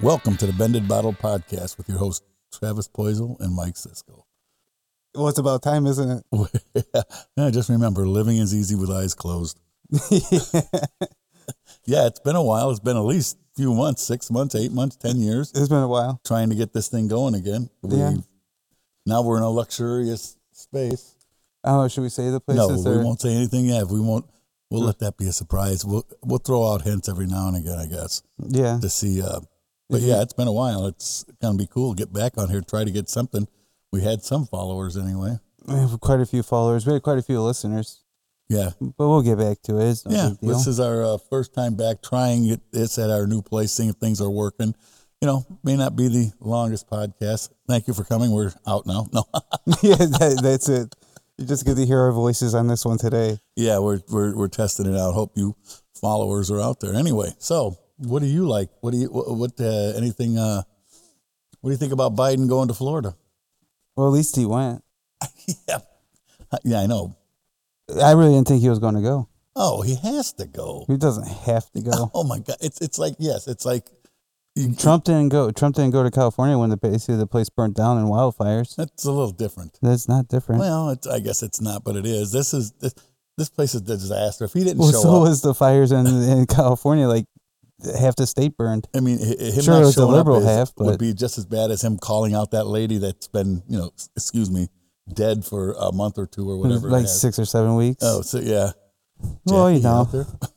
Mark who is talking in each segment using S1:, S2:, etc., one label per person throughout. S1: Welcome to the Bended Bottle Podcast with your hosts Travis Poisel and Mike Siskel.
S2: Well, it's about time, isn't
S1: yeah, just remember, living is easy with eyes closed.
S2: it?
S1: Yeah, it's been a while. It's been at least a few months, six months, eight months, ten years,
S2: it's been a while.
S1: trying to get this thing going again.
S2: Yeah.
S1: Now we're in a luxurious space.
S2: I don't know. Should we say the
S1: No,
S2: places?
S1: we
S2: or-
S1: won't say anything yet. We won't. We'll
S2: Hmm.
S1: let that be a surprise. We'll we'll throw out hints every now and again, I guess,
S2: Yeah.
S1: to see. Uh, but
S2: Mhm.
S1: yeah, it's been a while. It's gonna be cool. Get back on here. Try to get something. We had some followers anyway.
S2: We have quite a few followers. We had quite a few listeners,
S1: Yeah,
S2: but we'll get back to it. It's no
S1: yeah.
S2: big deal.
S1: This is our uh, first time back trying it. It's at our new place, seeing if things are working. You know, may not be the longest podcast. Thank you for coming. We're out now. No,
S2: yeah, that, that's it. You just get to hear our voices on this one today.
S1: yeah, we're we're we're testing it out. Hope you followers are out there. Anyway, so what do you like? What do you what, what uh, anything? Uh, what do you think about Biden going to Florida?
S2: Well, at least he went.
S1: Yeah, yeah, I know.
S2: I really didn't think he was going to go.
S1: Oh, he has to go.
S2: He doesn't have to go.
S1: Oh my God, it's it's like yes, it's like you-
S2: Trump didn't go. Trump didn't go to California when the basically the place burnt down in wildfires.
S1: that's a little different.
S2: That's not different. Well,
S1: Well, it's, I guess it's not, but it is. This is this, this place is a disaster. If he didn't show
S2: so
S1: up,
S2: was the fires in, in California. Like half the state burned.
S1: I mean, hi- hi- him
S2: Sure,
S1: not
S2: it was the
S1: showing up
S2: liberal
S1: is-
S2: half,
S1: would
S2: but-
S1: be just as bad as him calling out that lady that's been, you know, s- excuse me, dead for a month or two or
S2: It was
S1: whatever. it
S2: like
S1: has.
S2: six or seven weeks.
S1: Oh, so yeah.
S2: Well, you
S1: Jackie out
S2: know.
S1: there.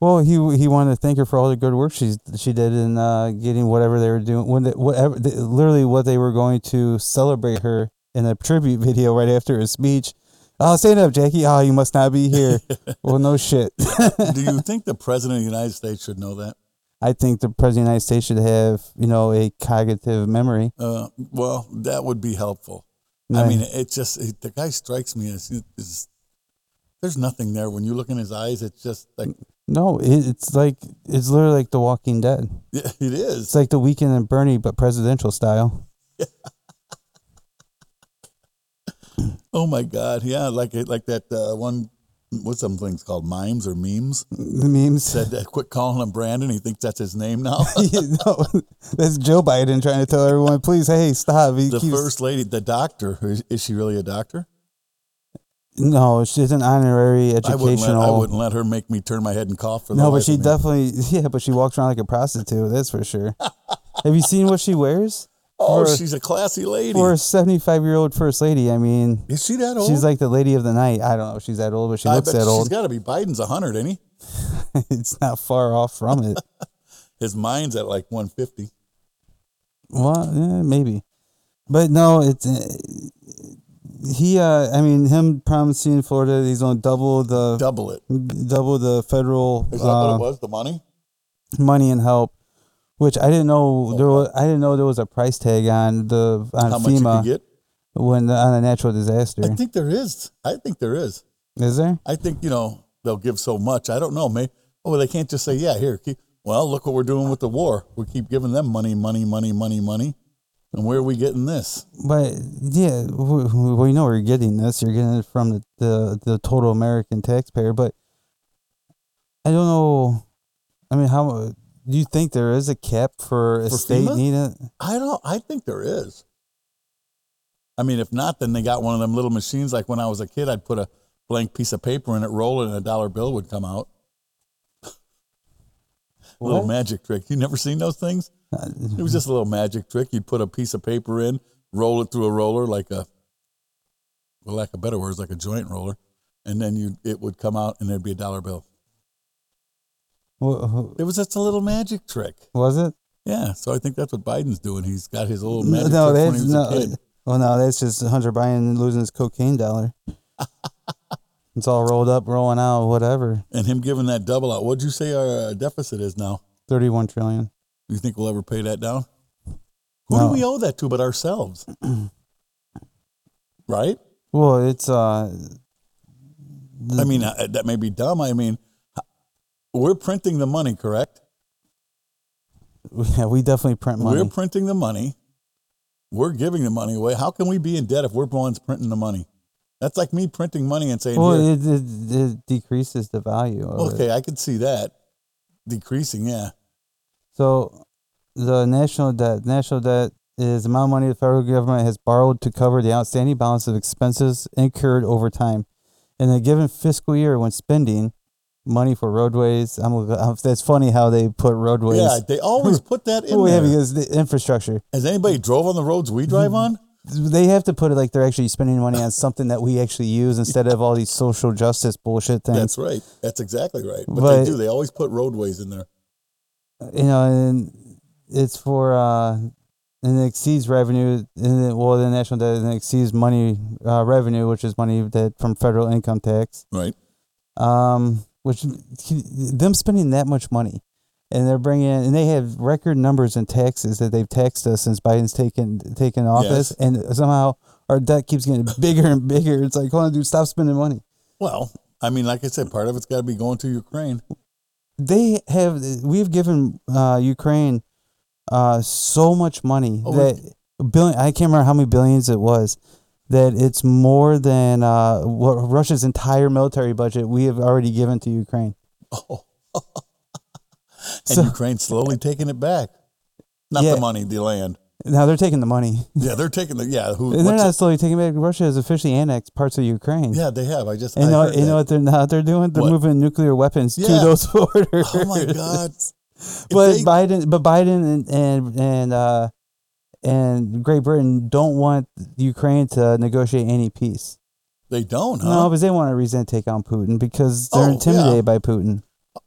S2: Well, he he wanted to thank her for all the good work she's she did in uh, getting whatever they were doing when they, whatever they, literally what they were going to celebrate her in a tribute video right after her speech. Oh, stand up, Jackie. Oh, you must not be here. well, no shit.
S1: Do you think the president of the United States should know that?
S2: I think the president of the United States should have you know a cognitive memory.
S1: Uh, well, that would be helpful. I
S2: Right.
S1: mean, it just it, the guy strikes me as, as there's nothing there when you look in his eyes. It's just like
S2: no, it, it's like it's literally like The Walking Dead.
S1: it is.
S2: It's like The Weekend and Bernie, but presidential style.
S1: Oh my God! Yeah, like it, like that uh, one. What's some things called mimes or memes?
S2: The memes.
S1: Said that quit calling him Brandon. He thinks that's his name now.
S2: no, that's Joe Biden trying to tell everyone, please, hey, stop. He
S1: the
S2: keeps,
S1: first lady, the doctor. Is, is she really a doctor?
S2: no, she's an honorary
S1: I
S2: educational.
S1: wouldn't, let, I wouldn't let her make me turn my head and cough for the
S2: no, but
S1: life
S2: she
S1: of me.
S2: definitely, yeah, but she walks around like a prostitute. That's for sure. Have you seen what she wears?
S1: Oh,
S2: for-
S1: she's a classy lady.
S2: For a seventy-five-year-old first lady, I mean,
S1: is she that old?
S2: she's like the lady of the night. I don't know if she's that old, but she
S1: I
S2: looks
S1: bet
S2: that
S1: she's
S2: old.
S1: got to be Biden's hundred, ain't he?
S2: it's not far off from it.
S1: His mind's at like one fifty.
S2: Well, eh, maybe, but no, it's eh, he. Uh, I mean, him promising Florida that he's gonna double the
S1: Double it.
S2: double the federal
S1: Is that what
S2: uh,
S1: it was? The money?
S2: money and help, which I didn't know there was, I didn't know there was a price tag on the on
S1: Oh, How much you could
S2: FEMA
S1: get?
S2: when the, on a natural disaster.
S1: I think there is. I think there is.
S2: Is there?
S1: I think you know they'll give so much. I don't know. May oh they can't just say yeah here. Keep, well look what we're doing with the war. We keep giving them money, money, money, money, money, and where are we getting this?
S2: But yeah, we, we know you're getting this. You're getting it from the, the the total American taxpayer. But I don't know. I mean, how do you think there is a cap for a
S1: For
S2: state
S1: FEMA?
S2: needing?
S1: I don't. I think there is. I mean, if not, then they got one of them little machines. Like when I was a kid, I'd put a blank piece of paper in it, roll it, and a dollar bill would come out. Little
S2: What? Mm-hmm.
S1: magic trick. You never seen those things?
S2: Uh,
S1: It was just a little magic trick. You'd put a piece of paper in, roll it through a roller like a, well, lack of better words, like a joint roller, and then you it would come out and there'd be a dollar bill.
S2: Wha- wha-
S1: It was just a little magic trick.
S2: Was it?
S1: Yeah, so I think that's what Biden's doing. He's got his little
S2: No,
S1: magic
S2: no,
S1: trick when
S2: that's
S1: he was a kid.
S2: no. Well, no, that's just Hunter Biden losing his cocaine dollar. it's all rolled up, rolling out, whatever.
S1: And him giving that double out. What'd you say our uh, deficit is now?
S2: Thirty-one trillion.
S1: You think we'll ever pay that down? Who
S2: No.
S1: do we owe that to but ourselves? right?
S2: Well, it's uh.
S1: I mean, I, that may be dumb. I mean, h- we're printing the money, correct?
S2: Yeah, we definitely print money.
S1: We're printing the money. We're giving the money away. How can we be in debt if we're the ones printing the money? That's like me printing money and saying,
S2: well,
S1: Here,
S2: it, it, it decreases the value. Of it.
S1: okay, I could see that decreasing. Yeah.
S2: So, the national debt. National debt is the amount of money the federal government has borrowed to cover the outstanding balance of expenses incurred over time. In a given fiscal year, when spending money for roadways, I'm, that's funny how they put roadways.
S1: Yeah, they always put that in
S2: Well, yeah,
S1: there.
S2: because the infrastructure,
S1: Has anybody drove on the roads we drive on?
S2: they have to put it like they're actually spending money on something that we actually use instead of all these social justice bullshit things.
S1: That's right. That's exactly right. But,
S2: Um, But-
S1: they do. They always put roadways in there.
S2: you know, and it's for uh, and it exceeds revenue, and it, well, the national debt and it exceeds money uh, revenue, which is money that from federal income tax.
S1: Right.
S2: Um, which them spending that much money, and they're bringing in, and they have record numbers in taxes that they've taxed us since Biden's taken taken office,
S1: Yes.
S2: and somehow our debt keeps getting bigger and bigger. It's like, hold on, dude, stop spending money.
S1: Well, I mean, like I said, part of it's got to be going to Ukraine.
S2: They have we've given uh, Ukraine uh, so much money
S1: Oh,
S2: that billion I can't remember how many billions it was that it's more than uh, what Russia's entire military budget we have already given to Ukraine.
S1: Oh. and
S2: So-
S1: Ukraine's slowly taking it back. Not
S2: Yeah.
S1: the money, the land.
S2: Now they're taking the money.
S1: Yeah, they're taking the yeah. Who?
S2: And they're
S1: what's
S2: not
S1: it-
S2: slowly taking back. Russia has officially annexed parts of Ukraine.
S1: yeah, they have. I just
S2: And
S1: I
S2: know,
S1: heard
S2: you know
S1: that.
S2: what they're not they're doing? They're
S1: What?
S2: moving nuclear weapons to
S1: Yeah.
S2: those borders.
S1: Oh my god! If
S2: but
S1: they-
S2: Biden, but Biden and and and, uh, and Great Britain don't want Ukraine to negotiate any peace.
S1: they don't. Huh?
S2: No, because they want to resent take on Putin because they're
S1: Oh, yeah.
S2: intimidated by Putin.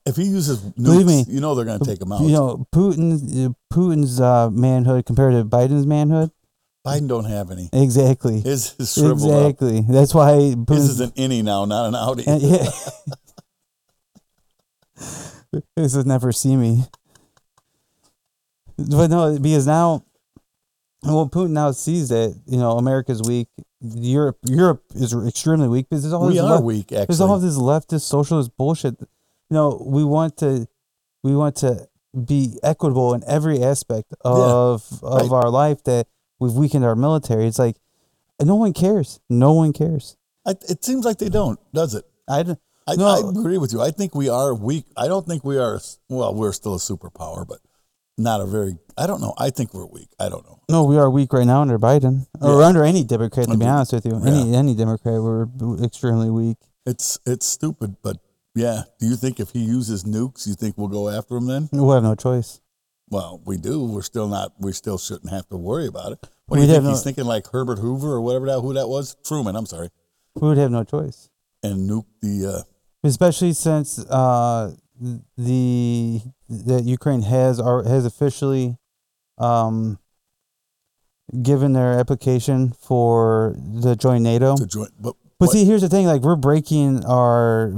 S1: if he uses nukes,
S2: Believe me.
S1: you know they're going to take him out.
S2: You know, Putin, Putin's uh, manhood compared to Biden's manhood.
S1: Biden don't have any.
S2: Exactly.
S1: His is shriveled up.
S2: Exactly. That's why
S1: His
S2: Putin's
S1: is an innie now, not an outie.
S2: And yeah. this is never see me. But no, because now, well, Putin now sees that you know America's weak. Europe, Europe is extremely weak because there's all
S1: we
S2: this
S1: are
S2: left-
S1: weak.
S2: there's all
S1: Actually,
S2: this leftist socialist bullshit. You know, we want to, we want to be equitable in every aspect of of
S1: right.
S2: our life. That we've weakened our military. It's like no one cares. No one cares.
S1: I, it seems like they don't, does it?
S2: I don't.
S1: I,
S2: No.
S1: I agree with you. I think we are weak. I don't think we are. Well, we're still a superpower, but not a very. I don't know. I think we're weak. I don't know.
S2: No, we are weak right now under Biden or
S1: Yeah.
S2: under any Democrat. To be
S1: Under-
S2: honest with you, any any Democrat, we're extremely weak.
S1: It's it's stupid, but yeah. Do you think if he uses nukes, you think we'll go after him then?
S2: We'll have no choice.
S1: Well, we do. We're still not. We still shouldn't have to worry about it. What do
S2: We'd
S1: you think
S2: have
S1: he's
S2: no-
S1: thinking? Like Herbert Hoover or whatever that who that was Truman. I'm sorry.
S2: We would have no choice,
S1: And nuke the. Uh,
S2: especially since uh, the that Ukraine has our, has officially um, given their application for the join NATO.
S1: uh, to join. But,
S2: But
S1: what-
S2: see, here's the thing: like we're breaking our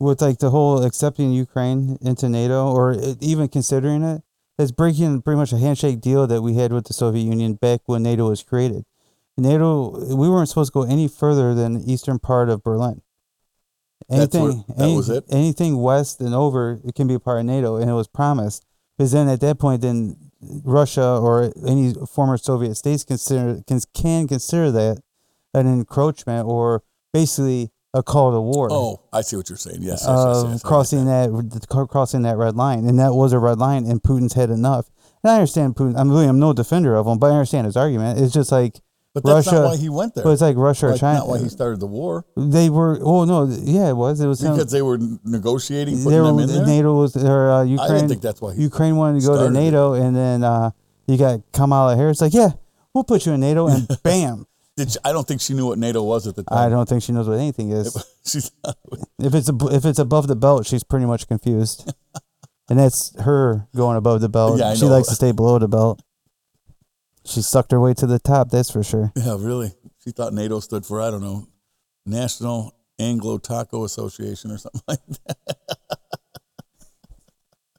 S2: with like the whole accepting Ukraine into NATO or it, even considering it. It's breaking pretty much a handshake deal that we had with the Soviet Union back when NATO was created. NATO, we weren't supposed to go any further than the eastern part of Berlin.
S1: That's where- that
S2: any-
S1: was it?
S2: Anything west and over, it can be a part of NATO, and it was promised. Because then at that point, then Russia or any former Soviet states consider can, can consider that an encroachment or basically a call to war
S1: oh, I see what you're saying. Yes, yes, yes,
S2: of
S1: yes, I
S2: Um, crossing
S1: understand.
S2: that cr- crossing that red line, and that was a red line, and Putin's had enough. And I understand Putin. I'm really, I'm no defender of him, but I understand his argument. It's just like
S1: But that's
S2: Russia-
S1: not why he went there.
S2: but it's like Russia or
S1: Like,
S2: China.
S1: Not why he started the war
S2: they were. Oh no, yeah, it was. It was him-
S1: because they were n- negotiating
S2: they
S1: putting
S2: were-
S1: them in there.
S2: NATO was or uh, Ukraine.
S1: I don't think that's why he.
S2: Ukraine wanted to go to
S1: started it.
S2: NATO, and then uh, you got Kamala Harris. Like, yeah, we'll put you in NATO, and bam.
S1: Did she- I don't think she knew what NATO was at the
S2: I
S1: time.
S2: don't think she knows what anything is.
S1: She's not-
S2: If it's ab- if it's above the belt, she's pretty much confused, and that's her going above the belt.
S1: Yeah, I
S2: she
S1: know.
S2: likes to stay below the belt. She sucked her way to the top, that's for sure.
S1: yeah, really. She thought NATO stood for I don't know, National Anglo Taco Association or something like that.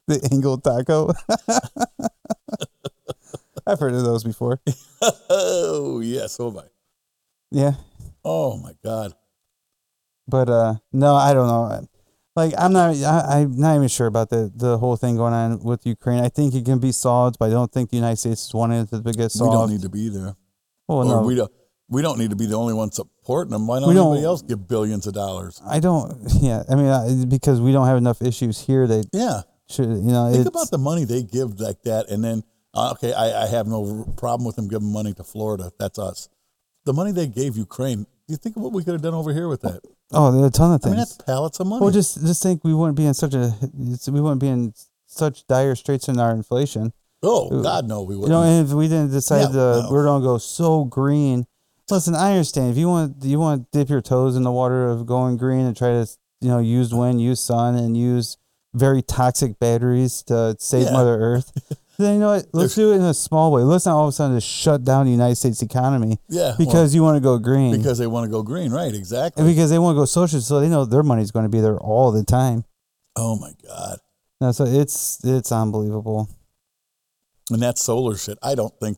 S2: The angled taco. I've heard of those before.
S1: Oh yes, oh my.
S2: Yeah,
S1: Oh my God.
S2: but uh, no, I don't know. Like I'm not, I, I'm not even sure about the the whole thing going on with Ukraine. I think it can be solved, but I don't think the United States is one of the biggest
S1: We don't
S2: solved.
S1: need to be there.
S2: well,
S1: or
S2: no,
S1: we don't. We don't need to be the only one supporting them. Why not
S2: We don't-
S1: anybody else give billions of dollars?
S2: uh, I don't. Yeah, I mean, I, because we don't have enough issues here that
S1: Yeah,
S2: Should, you know,
S1: Think
S2: it's,
S1: about the money they give like that, and then uh, okay, I, I have no problem with them giving money to Florida. That's us. The money they gave Ukraine. Do you think of what we could have done over here with that?
S2: oh, there are a ton of
S1: I
S2: things.
S1: mean, that's pallets of money.
S2: well, just just think we wouldn't be in such a we wouldn't be in such dire straits in our inflation.
S1: oh God, no, we
S2: You
S1: wouldn't.
S2: know, and if we didn't decide
S1: Yeah,
S2: to,
S1: no.
S2: we're gonna go so green. Listen, I understand if you want you want to dip your toes in the water of going green and try to you know use wind, use sun, and use very toxic batteries to save
S1: Yeah.
S2: Mother Earth. then you know what? Let's do it in a small way. Let's not all of a sudden just shut down the United States economy
S1: yeah, well,
S2: because you want to go green.
S1: because they want to go green, right? Exactly.
S2: And because they want to go social, so they know their money's going to be there all the time.
S1: oh my God.
S2: No, so it's it's unbelievable.
S1: and that solar shit. I don't think.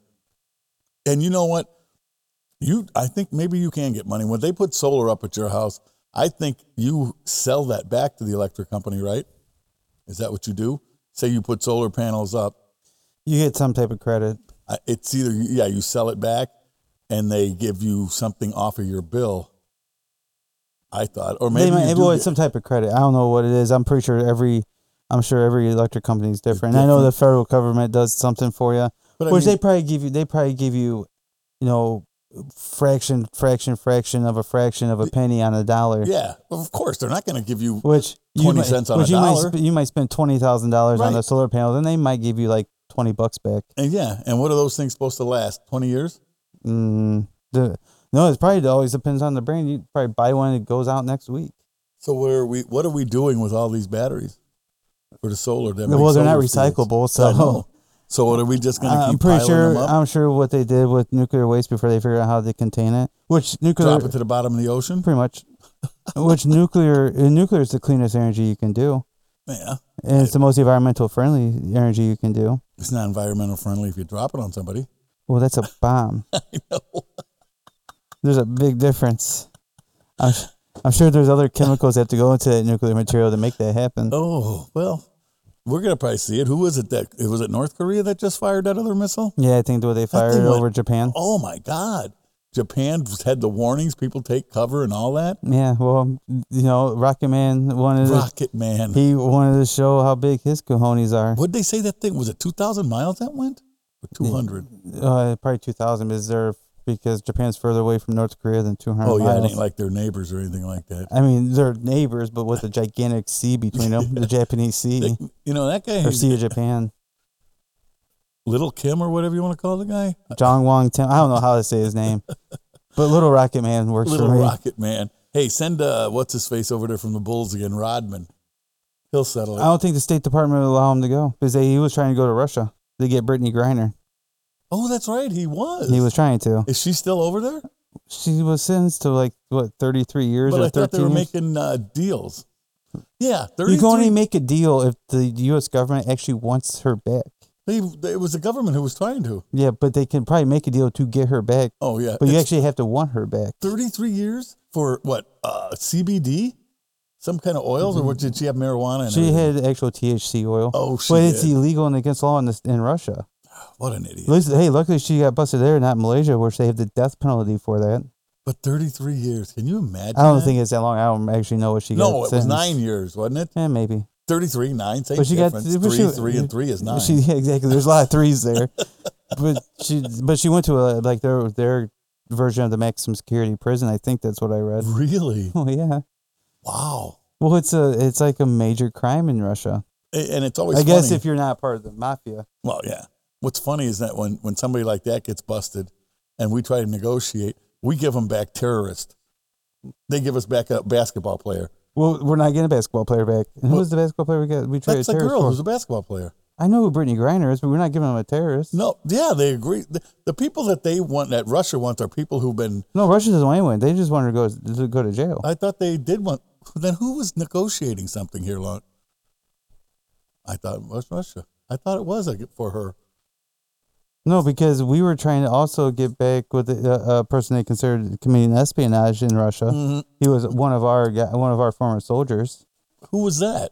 S1: And you know what? You, I think maybe you can get money when they put solar up at your house. I think you sell that back to the electric company, right? Is that what you do? Say you put solar panels up.
S2: You get some type of credit.
S1: I- It's either yeah, you sell it back, and they give you something off of your bill. I thought, or maybe
S2: they might,
S1: you do
S2: well,
S1: get-
S2: it's some type of credit. I don't know what it is. I'm pretty sure every, I'm sure every electric company is different. And I know the federal government does something for you,
S1: but I
S2: which they
S1: mean,
S2: probably give you. They probably give you, you know, fraction, fraction, fraction of a fraction of a penny on a dollar.
S1: yeah, of course they're not going to give you
S2: Which you
S1: 20
S2: might-
S1: cents on
S2: which
S1: a
S2: you
S1: dollar.
S2: Might sp- you might spend twenty thousand dollars on
S1: Right.
S2: the solar panels, and they might give you like twenty bucks back.
S1: and yeah, and what are those things supposed to last? Twenty years?
S2: Mm, the, no, it's probably it always depends on the brand. You probably buy one that goes out next week.
S1: So what are we? What are we doing with all these batteries for the solar? that make
S2: well, they're not
S1: solar fields?
S2: recyclable,
S1: I
S2: so
S1: know. So what are we just going to keep
S2: Uh, I'm pretty
S1: piling
S2: sure.
S1: them up?
S2: I'm sure what they did with nuclear waste before they figured out how to contain it, which nuclear
S1: Drop it to the bottom of the ocean?
S2: pretty much, which nuclear uh, nuclear is the cleanest energy you can do,
S1: Yeah,
S2: and it's the most environmental friendly energy you can do.
S1: it's not environmental friendly if you drop it on somebody.
S2: Well, that's a bomb.
S1: I know.
S2: There's a big difference. I'm, s- I'm sure there's other chemicals that have to go into that nuclear material to make that happen.
S1: Oh well, we're going to probably see it. Who was it that? Was it North Korea that just fired that other missile?
S2: Yeah, I think the way they fired
S1: thing
S2: it
S1: went-
S2: over Japan.
S1: Oh my God! Japan had the warnings. People take cover and all that.
S2: Yeah, well, you know, Rocket Man wanted to,
S1: Rocket man.
S2: Mm. he wanted to show how big his cojones are.
S1: What'd they say that thing was? It two thousand miles that went, or two hundred?
S2: Uh, probably 2,000 is there because Japan's further away from North Korea than 200
S1: Oh yeah, it
S2: miles.
S1: ain't like their neighbors or anything like that.
S2: I mean, they're neighbors, but with a gigantic sea between them, the Japanese Sea
S1: You know that guy,
S2: or Sea of Japan.
S1: Little Kim or whatever you want to call the guy,
S2: John Wong Tim. I don't know how to say his name, but Little Rocket Man works
S1: Little
S2: for me.
S1: Rocket Man. Hey, send uh, what's his face over there from the Bulls again, Rodman. He'll settle
S2: I
S1: it.
S2: don't think the State Department would allow him to go because they, he was trying to go to Russia to get Brittany Griner.
S1: Oh, that's right, he was.
S2: He was trying to.
S1: Is she still over there?
S2: She was sentenced to like what 33 years
S1: But
S2: or
S1: I thought they
S2: 13
S1: were
S2: years.
S1: making uh, deals. Yeah,
S2: you
S1: thirty-three.
S2: can only make a deal if the U.S. government actually wants her back.
S1: they, they- it was the government who was trying to.
S2: Yeah, but they can probably make a deal to get her back.
S1: Oh yeah,
S2: But you
S1: It's
S2: actually have to want her back.
S1: thirty-three years for what? Uh, CBD, some kind of oils, or what? Did she have marijuana? And
S2: Mm-hmm. She
S1: everything?
S2: had actual THC oil.
S1: Oh, she
S2: but it's
S1: did.
S2: illegal and against law in, this, in Russia.
S1: What an idiot!
S2: At least- hey, luckily she got busted there, not in Malaysia, where they have the death penalty for that.
S1: But thirty-three years. Can you imagine?
S2: I don't
S1: that?
S2: think it's that long. I don't actually know what she got.
S1: No, it was
S2: sentenced.
S1: nine years, wasn't it?
S2: Yeah, maybe.
S1: 33, 9, same
S2: But she got
S1: difference.
S2: but
S1: three,
S2: she-
S1: three, and three is nine.
S2: She, yeah, exactly. There's a lot of threes there, but she but she went to a like their their version of the maximum security prison. I think that's what I read.
S1: really?
S2: Oh yeah.
S1: Wow.
S2: Well, it's a it's like a major crime in Russia.
S1: A- And it's always
S2: I guess
S1: funny.
S2: if you're not part of the mafia.
S1: well, yeah. What's funny is that when, when somebody like that gets busted and we try to negotiate, we give them back terrorist. They give us back a basketball player.
S2: Well, we're not getting a basketball player back. And who was the basketball player we got? We traded
S1: That's a
S2: terrorists
S1: girl
S2: for?
S1: who's a basketball player.
S2: I know who Brittany Griner is, but we're not giving him a terrorist. No,
S1: No, yeah, they agree. The, the people that they want, that Russia wants, are people who've been.
S2: Russia doesn't want anyone. They just want her to go to go to jail.
S1: I thought they did want. Then who was negotiating something here, Long? I thought it was Russia. I thought it was like, for her.
S2: no, because we were trying to also get back with uh, a, a person they considered committing espionage in Russia. He was one of our guy- one of our former soldiers.
S1: Who was that?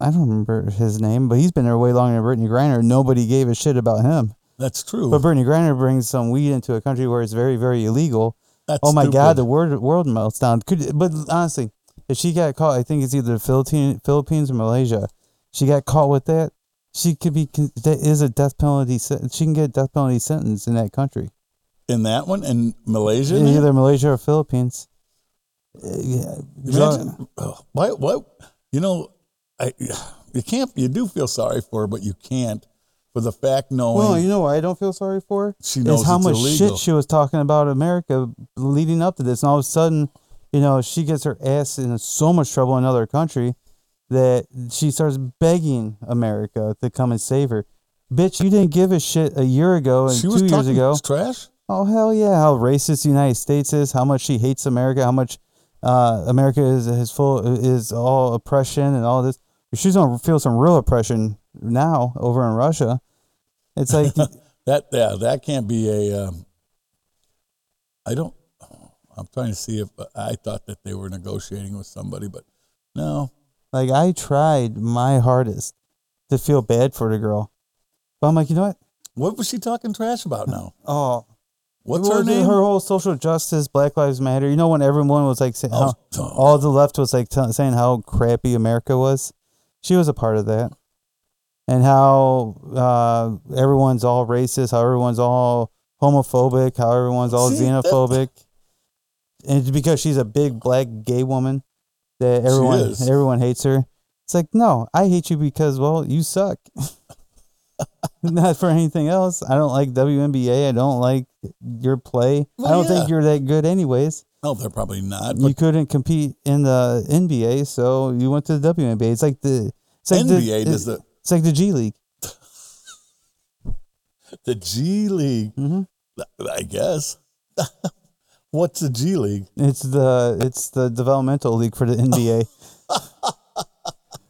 S2: I don't remember his name, but he's been there way longer than Brittany Griner. Nobody gave a shit about him.
S1: That's true.
S2: But Brittany Griner brings some weed into a country where it's very, very illegal.
S1: That's
S2: oh my
S1: stupid.
S2: God, the world world melts down. Could but honestly, if she got caught, I think it's either the Philippine, Philippines or Malaysia. She got caught with that. She could be. con- That is a death penalty. sen- She can get a death penalty sentence in that country,
S1: in that one in Malaysia. man?
S2: either Malaysia or Philippines. Uh, yeah, drug-
S1: Imagine, oh, why, why, you know, I, you can't, you do feel sorry for her, but you can't for the fact knowing
S2: Well, you know what I don't feel sorry for?
S1: She knows
S2: is how
S1: it's
S2: much
S1: illegal.
S2: shit she was talking about America leading up to this, and all of a sudden, you know, she gets her ass in so much trouble in another country that she starts begging America to come and save her. Bitch, you didn't give a shit a year ago and
S1: she
S2: two
S1: was
S2: years
S1: talking
S2: ago.
S1: trash.
S2: Oh hell yeah! How racist the United States is. How much she hates America. How much uh, America is is full is all oppression and all this. She's gonna feel some real oppression now over in Russia. It's like
S1: That, yeah, that can't be a, um, I don't, I'm trying to see if I thought that they were negotiating with somebody, but no,
S2: like I tried my hardest to feel bad for the girl, but I'm like, you know what?
S1: what was she talking trash about now?
S2: Oh,
S1: What's
S2: Well,
S1: her
S2: the-
S1: name?
S2: Her whole social justice, Black Lives Matter. You know when everyone was like saying,
S1: Oh,
S2: how,
S1: oh.
S2: all the left was like t- saying how crappy America was. She was a part of that, and how uh, everyone's all racist, how everyone's all homophobic, how everyone's all
S1: See, that-
S2: xenophobic, and it's because she's a big black gay woman that everyone
S1: is.
S2: everyone hates her. It's like no, I hate you because well you suck. Not for anything else. I don't like WNBA. I don't like your play. I
S1: Well,
S2: don't
S1: yeah.
S2: think you're that good, anyways.
S1: no, they're probably not.
S2: you
S1: But
S2: couldn't compete in the NBA, so you went to the WNBA. It's like the it's like
S1: NBA
S2: the,
S1: does the,
S2: It's like the G League.
S1: the G League,
S2: Mhm.
S1: I guess. What's the G League?
S2: It's the it's the developmental league for the NBA.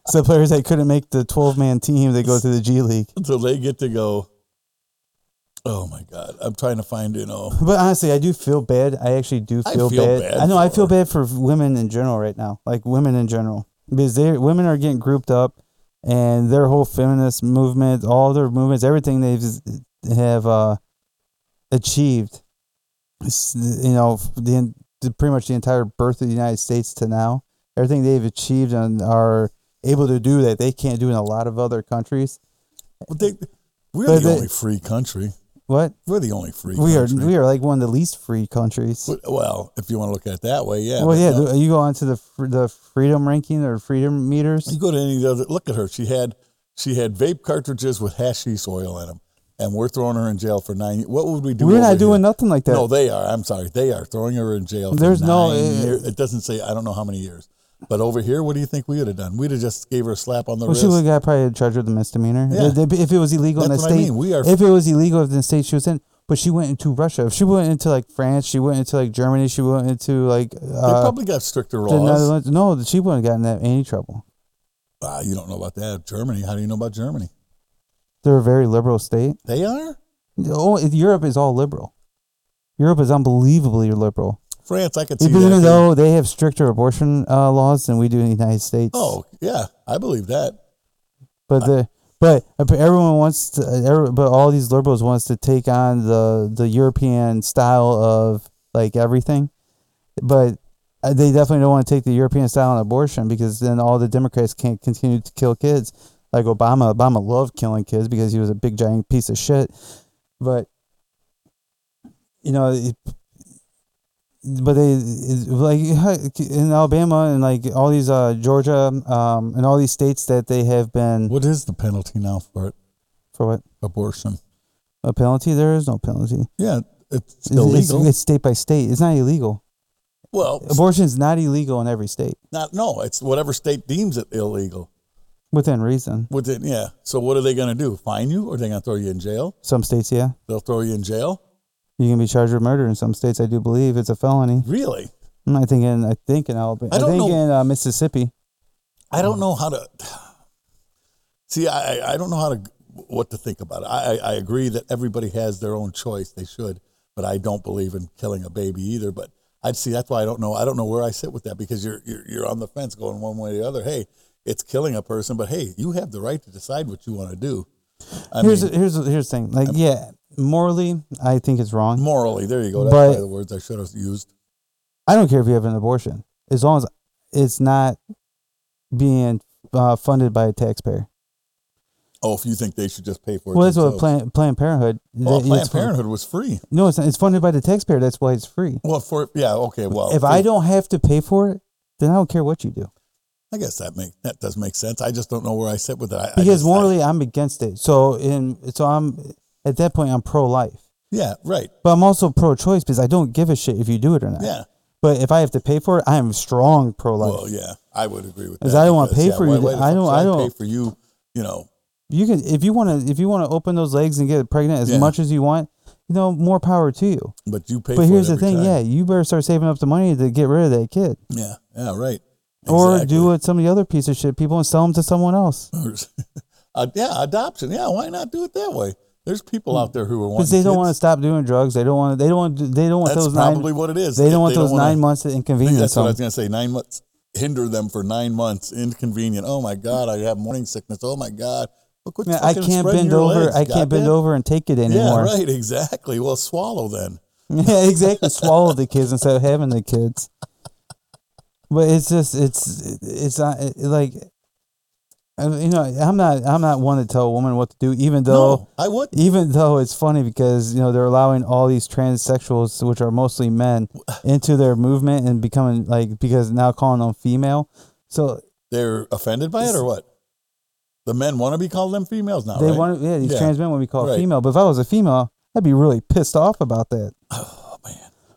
S2: so players that couldn't make the twelve man team, they go to the G League.
S1: So they get to go. Oh my God! I'm trying to find you know.
S2: But honestly, I do feel bad. I actually do
S1: I
S2: feel,
S1: feel
S2: bad.
S1: bad
S2: I know I
S1: for
S2: feel
S1: her.
S2: bad for women in general right now, like women in general, because they women are getting grouped up, and their whole feminist movement, all their movements, everything they've have uh, achieved, s- you know, f- the, en- the pretty much the entire birth of the United States to now, everything they've achieved and are able to do that they can't do in a lot of other countries.
S1: But they, we're
S2: But
S1: the
S2: they-
S1: only free country.
S2: What
S1: We're the only free.
S2: we are
S1: country.
S2: we are like one of the least free countries.
S1: But- Well, if you want to look at it that way, yeah.
S2: Well,
S1: but
S2: yeah,
S1: no.
S2: the- you go on to the fr- the freedom ranking or freedom meters.
S1: you go to any of the other. Look at her. She had she had vape cartridges with hashish oil in them, and we're throwing her in jail for nine. What would we do?
S2: We're
S1: over
S2: not doing
S1: here?
S2: nothing like that.
S1: No, they are. I'm sorry, they are throwing her in jail. For
S2: There's
S1: nine
S2: no- eh, it-
S1: years. It doesn't say. I don't know how many years. But over here, what do you think we would have done? We'd have just gave her a slap on the
S2: well,
S1: wrist.
S2: she would have probably charged with a misdemeanor.
S1: Yeah.
S2: If- If it was illegal in
S1: That's
S2: the
S1: what I
S2: state,
S1: mean. We are-
S2: if it was illegal in the state she was in, but she went into Russia. If she went into like France, she went into like Germany, she went into like
S1: they
S2: uh,
S1: probably got stricter
S2: the
S1: laws.
S2: Netherlands. No, she wouldn't have gotten that any trouble.
S1: Ah, you don't know about that. Germany. How do you know about Germany?
S2: They're a very liberal state.
S1: They are.
S2: Oh, Europe is all liberal. Europe is unbelievably liberal,
S1: France. I could see
S2: even
S1: that.
S2: though they have stricter abortion uh, laws than we do in the United States.
S1: oh yeah, I believe that.
S2: But the but everyone wants to. every- But all these liberals wants to take on the the European style of like everything, but uh, they definitely don't want to take the European style on abortion because then all the Democrats can't continue to kill kids. Like Obama, Obama loved killing kids because he was a big giant piece of shit. But you know, it- but they it- like in Alabama and like all these uh, Georgia um, and all these states that they have been
S1: What is the penalty now for it?
S2: for what
S1: abortion?
S2: a penalty? There is no penalty.
S1: Yeah, it's
S2: It's, it's,
S1: illegal.
S2: it's state by state. It's not illegal.
S1: well, it's
S2: Abortion is not illegal in every state
S1: not no. It's whatever state deems it illegal.
S2: within reason.
S1: Within yeah. So what are they going to do? Fine you, or they going to throw you in jail?
S2: Some states, yeah,
S1: They'll throw you in jail.
S2: you can be charged with murder in some states. I do believe it's a felony.
S1: Really?
S2: Mm, I think in I think in Alabama.
S1: I
S2: I,
S1: don't
S2: think
S1: know-
S2: in uh, Mississippi.
S1: I don't know how to see. I I- I don't know how to what to think about it. I I I agree that everybody has their own choice. They should, but I don't believe in killing a baby either. But I'd see that's why I don't know. I don't know where I sit with that because you're you're you're on the fence going one way or the other. Hey, it's killing a person, but hey, you have the right to decide what you want to do. I
S2: here's
S1: mean,
S2: here's here's the thing. Like yeah, morally, I think it's wrong.
S1: morally, there you go. That's
S2: But-
S1: probably the words I should have used.
S2: I don't care if you have an abortion as long as it's not being uh, funded by a taxpayer.
S1: Oh, if you think they should just pay for it.
S2: Well, that's what
S1: themselves.
S2: Planned, Planned Parenthood.
S1: Well,
S2: that-
S1: Planned
S2: it's fun-
S1: Parenthood was free.
S2: No, it's not. It's funded by the taxpayer. That's why it's free.
S1: Well, for yeah, okay. Well,
S2: if I
S1: free.
S2: don't have to pay for it, then I don't care what you do.
S1: I guess that make that does make sense. I just don't know where I sit with it. I, I
S2: Because
S1: just- I-
S2: morally, I'm against it. So in so I'm at that point, I'm pro life,
S1: yeah, right,
S2: but I'm also pro choice because I don't give a shit if you do it or not.
S1: yeah.
S2: But if I have to pay for it, I am strong pro life.
S1: Well, yeah, I would agree with that.
S2: 'Cause I don't wanna
S1: because,
S2: pay
S1: yeah,
S2: for
S1: why-
S2: you to-
S1: why the
S2: I
S1: fuck
S2: don't-
S1: should
S2: I
S1: pay
S2: don't-
S1: for you. You know,
S2: you can if you want to if you want to open those legs and get pregnant as
S1: Yeah.
S2: much as you want, you know, more power to you.
S1: but you pay.
S2: But
S1: for
S2: here's
S1: it
S2: the
S1: every
S2: thing,
S1: time.
S2: yeah, you better start saving up the money to get rid of that kid,
S1: yeah, yeah, right.
S2: or do what some of the other piece of shit people and sell them to someone else
S1: it. uh, yeah, adoption. Yeah, why not do it that way? There's people out there who are
S2: Hmm. because
S1: wanting.
S2: they don't want to
S1: kids.
S2: stop doing drugs. They don't want. They don't want. They don't want
S1: That's
S2: those
S1: probably
S2: nine.
S1: what it is.
S2: They don't want those
S1: wanna-
S2: nine months to
S1: I think
S2: inconvenience
S1: that's what I
S2: them.
S1: was going to say. Nine months hinder them for nine months. Inconvenient. Oh my God, I have morning sickness. Oh my God. Look what's
S2: Yeah, I
S1: fucking
S2: can't
S1: spreading
S2: bend
S1: your
S2: over.
S1: legs,
S2: I can't bend
S1: goddamn.
S2: over and take it
S1: Yeah,
S2: anymore. Yeah,
S1: right. Exactly. Well, swallow then.
S2: exactly. Swallow the kids instead of having the kids. But it's just it's it's not it, like uh, you know I'm not I'm not one to tell a woman what to do, even though.
S1: no, I would.
S2: even though it's funny because you know they're allowing all these transsexuals which are mostly men into their movement and becoming like because now calling them female so
S1: They're offended by it or what? The men want to be called them females now.
S2: they
S1: right?
S2: want yeah these
S1: Yeah.
S2: trans men want to be called
S1: Right.
S2: female but if i was a female i'd be really pissed off about that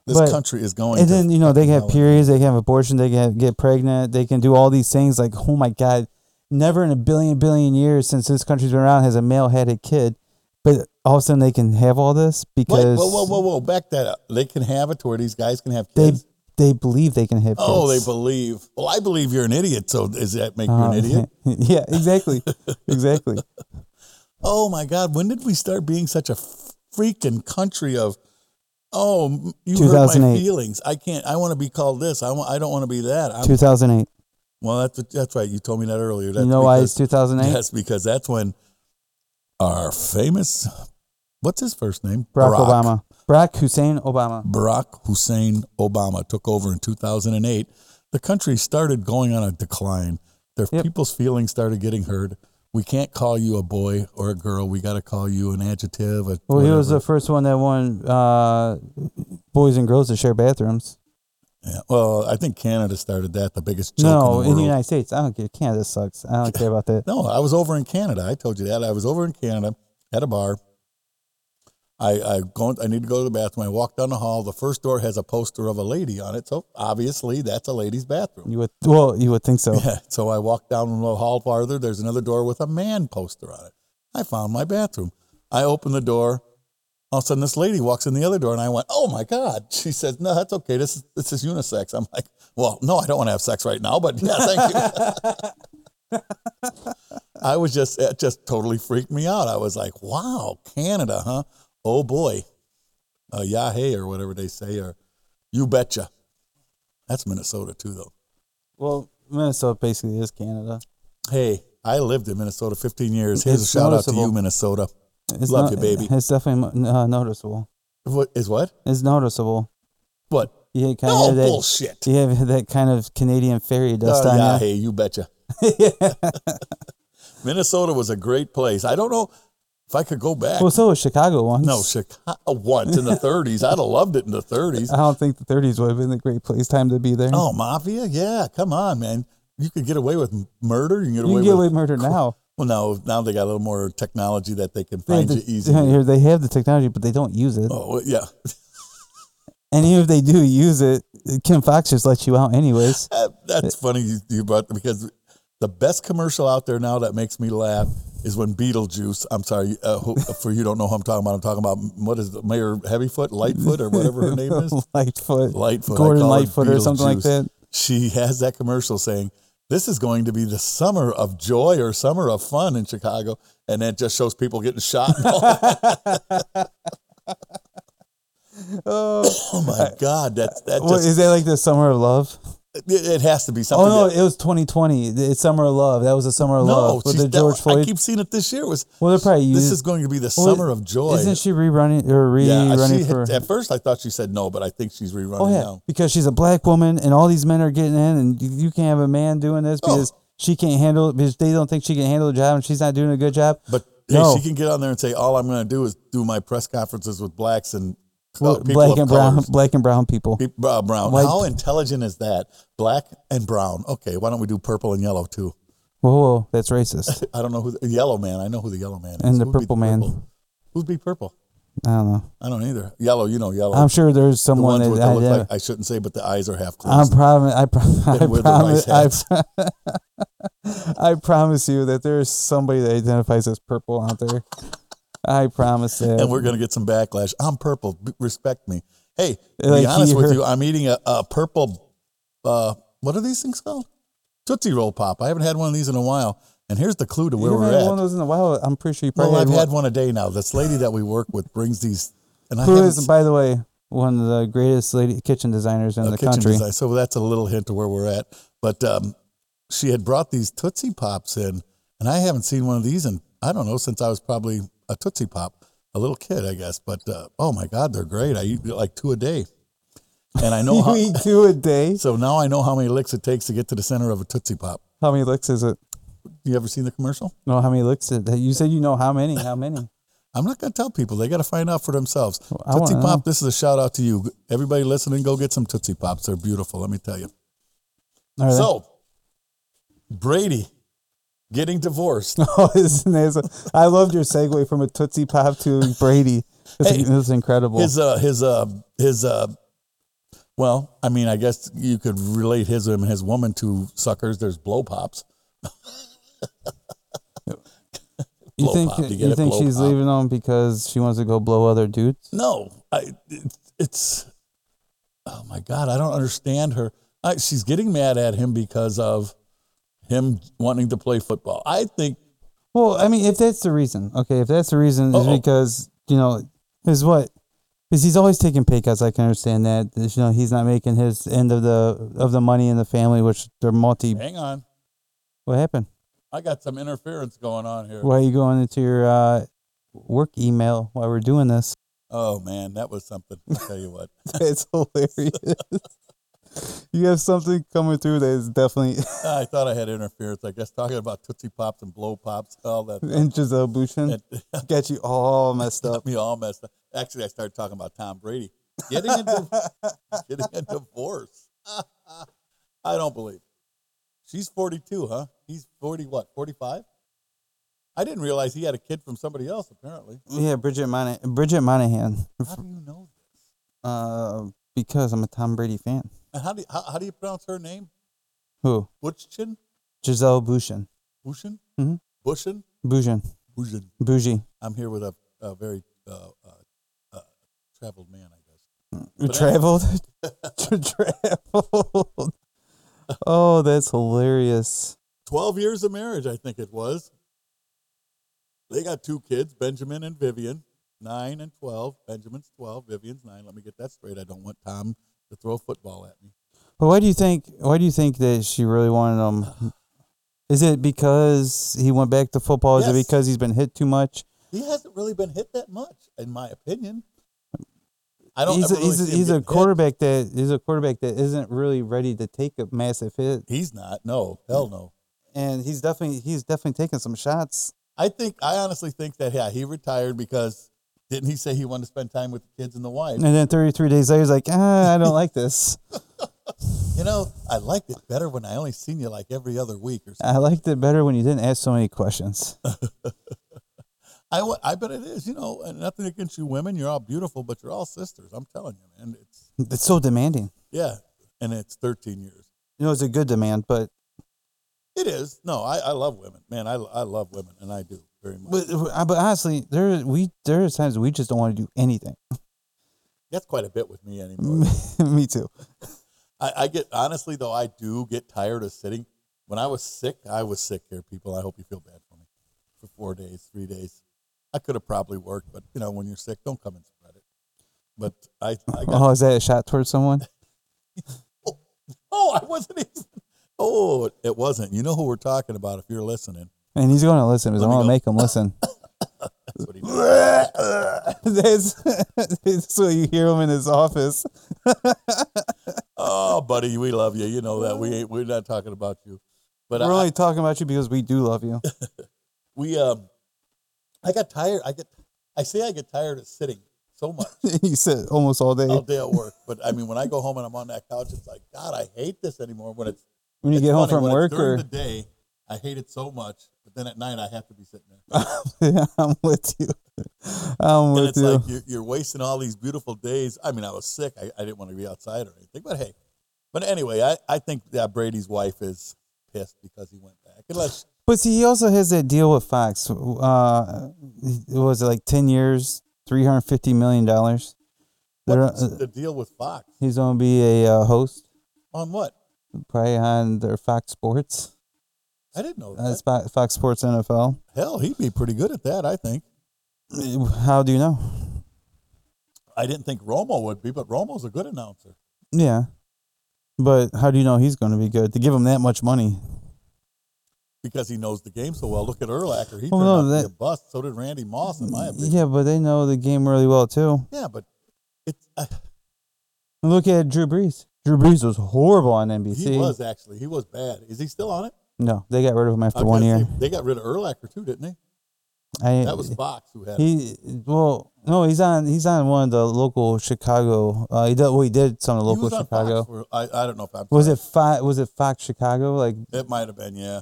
S1: this
S2: but-
S1: country is going.
S2: and
S1: to
S2: then you know they
S1: fucking
S2: can
S1: hell.
S2: have periods they can have abortion they can have- get pregnant they can do all these things like oh my god never in a billion billion years since this country's been around has a male had a kid but all of a sudden they can have all this
S1: Wait,
S2: because
S1: whoa, whoa, whoa, whoa! Back that up. They can have it to where these guys can have
S2: they
S1: kids.
S2: they believe they can have
S1: oh,
S2: kids.
S1: they believe. Well, I believe you're an idiot. So does that make you an
S2: Um,
S1: idiot?
S2: yeah, exactly. exactly.
S1: Oh my God! When did we start being such a freaking country of? Oh, m- you hurt my
S2: 2008.
S1: feelings. I can't. I want to be called this. I want. I don't want to be that. I'm,
S2: 2008.
S1: well, that's that's right. You told me that earlier. That's
S2: You know why it's
S1: because-
S2: 2008?
S1: Yes, because that's when our famous, what's his first name?
S2: Barack, Obama. Barack Hussein Obama.
S1: Barack Hussein Obama took over in 2008. The country started going on a decline. Their
S2: Yep.
S1: people's feelings started getting hurt. We can't call you a boy or a girl. We got to call you an adjective. A
S2: Well, he was
S1: whatever.
S2: the first one that won uh, boys and girls to share bathrooms.
S1: Yeah. Well, I think Canada started that. The biggest joke in
S2: no,
S1: the
S2: in the
S1: world.
S2: United States. I don't care. Canada sucks. I don't care about that.
S1: No, I was over in Canada. I told you that. I was over in Canada at a bar. I I go, I need to go to the bathroom. I walk down the hall. The first door has a poster of a lady on it. So obviously that's a lady's bathroom.
S2: You would well, you would think so.
S1: Yeah. So I walk down the hall farther. There's another door with a man poster on it. I found my bathroom. I open the door. All of a sudden, this lady walks in the other door, and I went, "Oh my God!" She says, "No, that's okay. This is this is unisex." I'm like, "Well, no, I don't want to have sex right now, but yeah, thank you." I was just it just totally freaked me out. I was like, "Wow, Canada, huh? Oh boy, uh, yahe or whatever they say, or you betcha." That's Minnesota too, though.
S2: Well, Minnesota basically is Canada.
S1: Hey, I lived in Minnesota 15 years. Here's
S2: It's
S1: a shout out to you,
S2: noticeable.
S1: Minnesota.
S2: It's
S1: Love you, baby.
S2: It's definitely uh, noticeable.
S1: What is what?
S2: It's noticeable.
S1: What?
S2: Yeah, kind
S1: No
S2: of that,
S1: bullshit.
S2: You have that kind of Canadian fairy dust
S1: Uh,
S2: on
S1: yeah,
S2: you.
S1: hey, you betcha. Minnesota was a great place. I don't know if I could go back.
S2: Well, so was Chicago once.
S1: no, Chicago once in the 30s. I'd have loved it in the 30s.
S2: I don't think the 30s would have been a great place time to be there.
S1: Oh, mafia? Yeah, come on, man. You could get away with m- murder. You can get
S2: you
S1: away
S2: can get
S1: with.
S2: away with murder now.
S1: well, now now they got a little more technology that they can
S2: They have,
S1: find
S2: the,
S1: you easily.
S2: yeah, they have the technology, but they don't use it.
S1: Oh, well, yeah.
S2: And even if they do use it, Kim Fox just lets you out anyways.
S1: Uh, That's funny you, you brought because the best commercial out there now that makes me laugh is when Beetlejuice. I'm sorry uh, who, for you don't know who I'm talking about. I'm talking about what is it, Mayor Heavyfoot, Lightfoot, or whatever her name is.
S2: Lightfoot.
S1: Lightfoot, I
S2: Gordon
S1: call her
S2: Lightfoot or something like
S1: Beetlejuice.
S2: that.
S1: She has that commercial saying, "This is going to be the summer of joy or summer of fun in Chicago," and it just shows people getting shot. and all that.
S2: Oh,
S1: oh my God, that's that
S2: what,
S1: just
S2: is that like the Summer of Love?
S1: it, it has to be something.
S2: Oh, no,
S1: that-
S2: it was 2020. It's Summer of Love. That was the Summer of Love with
S1: she's-
S2: the George
S1: that- I
S2: Floyd.
S1: keep seeing it this year. Was
S2: well, they're probably using.
S1: this is going to be the summer of joy?
S2: Isn't she rerunning or
S1: Yeah,
S2: rerunning
S1: she,
S2: for?
S1: at first I thought she said no, but I think she's rerunning
S2: Oh yeah,
S1: now.
S2: because she's a black woman, and all these men are getting in, and you, you can't have a man doing this
S1: Oh.
S2: because she can't handle it because they don't think she can handle the job and she's not doing a good job.
S1: But hey,
S2: No.
S1: she can get on there and say, all I'm going to do is do my press conferences with blacks and
S2: Well,
S1: uh, people
S2: black
S1: of
S2: and brown,
S1: colors."
S2: black and brown people.
S1: Pe- uh, brown.
S2: White-
S1: How intelligent is that? Black and brown. Okay, why don't we do purple and yellow too?
S2: Whoa, whoa, that's racist.
S1: I don't know who the yellow man. I know who the yellow man is.
S2: And the
S1: Who'd be
S2: purple man.
S1: Who'd be purple?
S2: I don't know.
S1: I don't either. Yellow, you know yellow.
S2: I'm sure there's
S1: the
S2: someone
S1: ones
S2: that
S1: with
S2: I,
S1: that look
S2: didn't-
S1: like I shouldn't say, but the eyes are half
S2: I'm
S1: closed.
S2: promi- I, prom- I,
S1: They wear the
S2: promise, I,
S1: rice
S2: pro- I promise you that there is somebody that identifies as purple out there. I promise that.
S1: and we're gonna get some backlash. I'm purple. B- Respect me. Hey, to
S2: Like
S1: be honest
S2: you
S1: with
S2: heard-
S1: you, I'm eating a, a purple. Uh, what are these things called? Tootsie Roll Pop. I haven't had one of these in a while. And here's the clue to
S2: you
S1: where
S2: haven't
S1: we're
S2: had one of
S1: at.
S2: those in a while. I'm pretty sure you probably
S1: Well, I've
S2: had
S1: had
S2: one.
S1: one a day now. This lady that we work with brings these, and I
S2: Who
S1: haven't
S2: is, by the way, one of the greatest lady kitchen designers in
S1: a
S2: the
S1: kitchen
S2: country.
S1: design. So that's a little hint to where we're at. But um, she had brought these Tootsie Pops in, and I haven't seen one of these in, I don't know, since I was probably a Tootsie Pop, a little kid, I guess. But uh, oh my God, they're great. I eat like two a day. And Oh, I know
S2: You
S1: how,
S2: eat two a day.
S1: so now I know how many licks it takes to get to the center of a Tootsie Pop.
S2: How many licks is it?
S1: You ever seen the commercial?
S2: No, how many licks is it? You said you know how many? How many?
S1: I'm not going to tell people. They got to find out for themselves.
S2: I
S1: Tootsie
S2: wanna
S1: Pop, this is a shout out to you. Everybody listening, go get some Tootsie Pops. They're beautiful, let me tell you.
S2: All right.
S1: So, Brady getting divorced.
S2: Oh, isn't that- I loved your segue from a Tootsie Pop to Brady. It's,
S1: Hey,
S2: it's incredible.
S1: His uh, his uh, his uh, well, I mean, I guess you could relate his and his woman to suckers. There's blow pops.
S2: you
S1: blow
S2: think
S1: pop, you get
S2: you
S1: it?
S2: think
S1: Blow
S2: she's
S1: pop.
S2: leaving him because she wants to go blow other dudes?
S1: No, I it, it's oh my god, I don't understand her. I, she's getting mad at him because of him wanting to play football. I think
S2: Well, I mean, if that's the reason, okay, if that's the reason,
S1: Uh-oh.
S2: is because you know, is what is he's always taking pay cuts. I can understand that. There's, You know, he's not making his end of the of the money in the family, which they're multi.
S1: hang on,
S2: What happened?
S1: I got some interference going on here.
S2: Why are you going into your uh, work email while we're doing this?
S1: Oh man, that was something. I tell you what.
S2: It's hilarious. you have something coming through that is definitely
S1: I thought I had interference. I guess talking about Tootsie Pops and Blow Pops, all that
S2: and Giselle Bouchon
S1: that
S2: got you all messed up.
S1: got me all messed up. Actually, I started talking about Tom Brady getting a, div- getting a divorce. I don't believe. it. She's 42, huh? He's 40, what, 45? I didn't realize he had a kid from somebody else, apparently.
S2: Yeah, Bridget Monahan. Bridget Monahan,
S1: How do you know?
S2: uh, because I'm a Tom Brady fan.
S1: And how do you, how, how do you pronounce her name?
S2: Who?
S1: Butchin?
S2: Giselle Bouchon.
S1: Bushin?
S2: Mhm.
S1: Bushin?
S2: Bouchon.
S1: Bushin.
S2: Bougie.
S1: I'm here with a, a very uh, uh, uh, traveled man, I guess. that-
S2: Traveled. Traveled. Oh, that's hilarious.
S1: 12 years of marriage, I think it was. They got two kids, Benjamin and Vivian, nine and 12. Benjamin's 12, Vivian's nine. Let me get that straight. I don't want Tom to throw a football at me.
S2: But why do you think? Why do you think that she really wanted him? Is it because he went back to football? Is it
S1: Yes.
S2: because he's been hit too much?
S1: He hasn't really been hit that much, in my opinion. I don't
S2: He's a,
S1: ever really
S2: he's, a,
S1: see him
S2: he's a
S1: getting hit.
S2: quarterback that is a quarterback that isn't really ready to take a massive hit,
S1: He's not. No, hell no.
S2: and he's definitely he's definitely taking some shots.
S1: I think, I honestly think that, yeah, he retired because didn't he say he wanted to spend time with the kids and the wife?
S2: And then 33 days later, he's like, ah, I don't like this.
S1: You know, I liked it better when I only seen you like every other week or something.
S2: I liked it better when you didn't ask so many questions.
S1: I, w- I bet it is. You know, and nothing against you women. You're all beautiful, but you're all sisters. I'm telling you, man. It's
S2: It's so demanding.
S1: yeah, and it's 13 years.
S2: You know, it's a good demand, but
S1: It is. No, I, I love women, man. I, I love women, and I do very much.
S2: but, uh, but honestly, there we there are times we just don't want to do anything.
S1: That's quite a bit with me
S2: Mm-hmm.
S1: anymore.
S2: Me too.
S1: I, I get honestly though, I do get tired of sitting. When I was sick, I was sick here, people. I hope you feel bad for me for four days, three days. I could have probably worked, but you know, when you're sick, don't come and spread it. But I, I got
S2: Oh, is that a shot towards someone?
S1: Oh, I wasn't even. Oh, it- it wasn't. You know who we're talking about if you're listening.
S2: And he's going to listen because
S1: Let
S2: I
S1: me
S2: want to
S1: go.
S2: make him listen.
S1: That's what he did.
S2: that's, that's what you hear him in his office.
S1: oh, buddy, we love you. You know that we ain't. We're not talking about you. But
S2: We're
S1: I,
S2: only talking about you because we do love you.
S1: we, um, I got tired. I get, I say I get tired of sitting so much
S2: you said almost all day.
S1: all day at work. But I mean, when I go home and I'm on that couch, it's like, God, I hate this anymore. When it's
S2: when you
S1: it's
S2: get home
S1: funny,
S2: from
S1: when it's
S2: work
S1: during
S2: or
S1: the day, I hate it so much. But then at night, I have to be sitting there.
S2: yeah, I'm with you. I'm
S1: and
S2: with
S1: it's
S2: you.
S1: like you're, you're wasting all these beautiful days. I mean, I was sick. I, I didn't want to be outside or anything. But hey, but anyway, I, I think that Brady's wife is pissed because he went back. Unless
S2: but see, he also has that deal with Fox. Uh, it was like ten years, three hundred fifty million dollars. uh,
S1: what's the deal with Fox
S2: He's gonna be a uh, host,
S1: on what?
S2: probably on their Fox Sports,
S1: I didn't know
S2: uh,
S1: that.
S2: Spo- Fox Sports NFL.
S1: Hell, he'd be pretty good at that. I think.
S2: How do you know?
S1: I didn't think Romo would be, but Romo's a good announcer.
S2: Yeah, but how do you know he's going to be good to give him that much money?
S1: Because he knows the game so well. Look at Erlacher; he
S2: Well,
S1: turned
S2: no,
S1: out to
S2: that-
S1: be a bust. So did Randy Moss, in my opinion.
S2: Yeah, but they know the game really well too.
S1: Yeah, but it's uh,
S2: Look at Drew Brees. Drew Brees was horrible on NBC.
S1: he was actually he was bad. Is he still on it?
S2: No, they got rid of him
S1: I
S2: after
S1: was
S2: one
S1: gonna
S2: year.
S1: say, they got rid of Erlacher too, didn't they?
S2: I,
S1: That was Fox who had. it.
S2: he. Well, no, he's on. He's on one of the local Chicago. Uh, he did. Well, he did some of
S1: He
S2: the local
S1: was on
S2: Chicago.
S1: Fox for- I, I don't know if I'm.
S2: Was
S1: sorry.
S2: it Fox? Was it Fox Chicago? Like,
S1: It might have been. Yeah.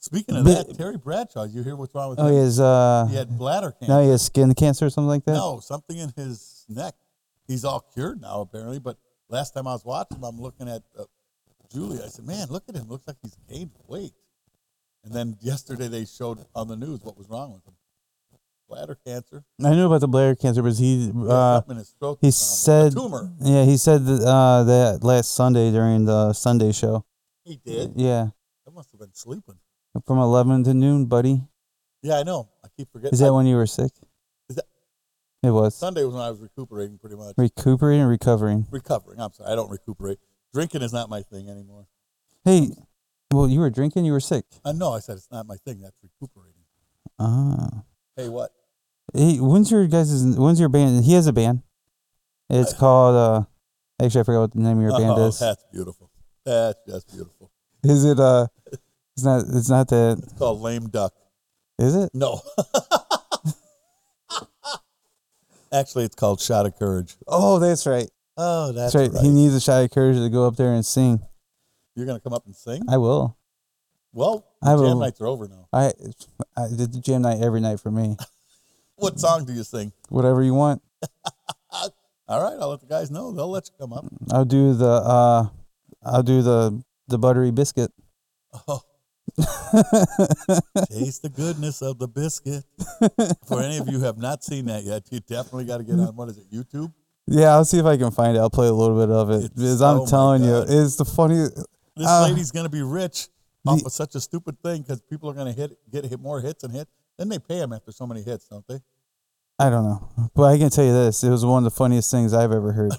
S1: Speaking of
S2: But-
S1: that, Terry Bradshaw. You hear what's wrong with
S2: oh,
S1: him?
S2: he has. Uh,
S1: He had bladder cancer.
S2: now he has skin cancer or something like that.
S1: No, something in his neck. He's all cured now, apparently. But last time I was watching him, I'm looking at uh, Julie. I said, "Man, look at him. Looks like he's gained weight." And then yesterday they showed on the news what was wrong with him: bladder cancer,
S2: I knew about the bladder cancer, but he.
S1: He had
S2: Uh,
S1: something in his throat.
S2: he
S1: that
S2: said.
S1: found out. a tumor.
S2: Yeah, he said that, uh, that last Sunday during the Sunday show.
S1: He did.
S2: Yeah,
S1: That must have been sleeping.
S2: from eleven to noon, buddy.
S1: Yeah, I know. I keep forgetting.
S2: Is that when you were sick?
S1: Is that-
S2: It was
S1: Sunday was when I was recuperating, pretty much.
S2: recuperating and recovering.
S1: recovering. I'm sorry, I don't recuperate. Drinking is not my thing anymore.
S2: Hey, well, you were drinking. You were sick.
S1: I know I said it's not my thing. That's recuperating.
S2: Ah.
S1: Hey, what?
S2: Hey, when's your guys? When's your band? He has a band. It's called. uh Actually, I forgot what the name of your band
S1: Oh,
S2: is.
S1: that's beautiful. That's just beautiful.
S2: Is it? uh It's not. It's not that.
S1: It's called lame duck.
S2: Is it?
S1: No. Actually, it's called shot of courage.
S2: Oh, that's right.
S1: Oh, that's,
S2: That's, right.
S1: right.
S2: He needs a shot of courage to go up there and sing.
S1: You're gonna come up and sing?
S2: I will.
S1: Well,
S2: I
S1: jam
S2: will.
S1: nights are over now.
S2: I I did the jam night every night for me.
S1: What song do you sing?
S2: Whatever you want.
S1: All right, I'll let the guys know. They'll let you come up.
S2: I'll do the. uh I'll do the the buttery biscuit.
S1: Oh, taste the goodness of the biscuit. For any of you who have not seen that yet, you definitely got to get on. What is it? YouTube.
S2: Yeah, I'll see if I can find it. I'll play a little bit of it.
S1: It's-
S2: Because
S1: oh
S2: I'm
S1: my
S2: telling you,
S1: God.
S2: it's the funniest.
S1: This
S2: Uh,
S1: lady's going to be rich off
S2: the-
S1: of such a stupid thing because people are going to hit get hit more hits and hit. Then they pay them after so many hits, don't they?
S2: I don't know, but I can tell you this: it was one of the funniest things I've ever heard.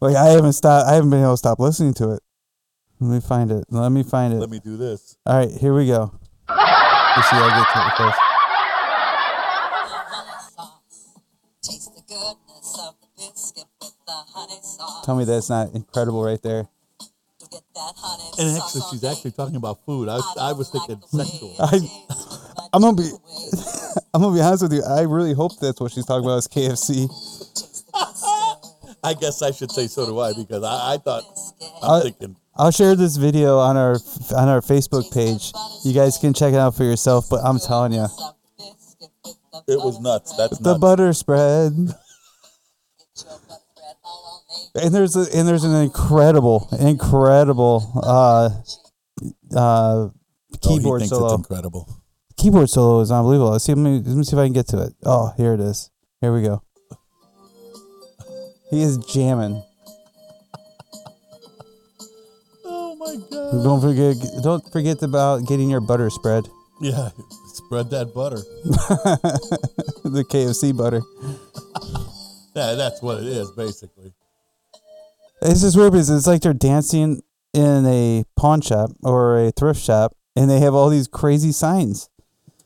S2: like I haven't stopped, I haven't been able to stop listening to it. Let me find it. Let me find
S1: Let
S2: it.
S1: me do this.
S2: All right, here we go. Let's see how I get to it first.
S3: Taste the goodness of the biscuit with the honey sauce.
S2: Tell me that's not incredible right there.
S3: You get that honey
S1: And
S3: sauce
S1: actually,
S3: all
S1: she's
S3: day.
S1: actually talking about food. I,
S3: I
S1: I
S3: don't
S1: was
S3: like
S1: thinking
S3: the way
S1: sexual.
S3: it
S2: I-
S3: tastes with my
S2: I'm gonna be,
S3: two ways.
S2: I'm gonna be honest with you. I really hope that's what she's talking about is KFC.
S3: Taste the biscuit.
S1: I guess I should say so do I because I, I thought I'm
S2: I-
S1: thinking
S2: I'll share this video on our on our Facebook page. You guys can check it out for yourself. But I'm telling you,
S3: Some biscuit with the
S1: it was nuts. That's
S2: the
S1: nuts.
S2: butter spread.
S3: butter bread all on me.
S2: and there's a, and there's an incredible incredible uh uh
S1: Oh, he
S2: keyboard
S1: thinks
S2: solo
S1: It's incredible.
S2: keyboard solo is unbelievable let's see let me, let me see if i can get to it oh here it is here we go he is jamming
S1: Oh my god.
S2: don't forget don't forget about getting your butter spread
S1: Yeah, spread that butter.
S2: the kfc butter
S1: Yeah, that's what it is basically.
S2: it's just weird because it's like they're dancing in a pawn shop or a thrift shop and they have all these crazy signs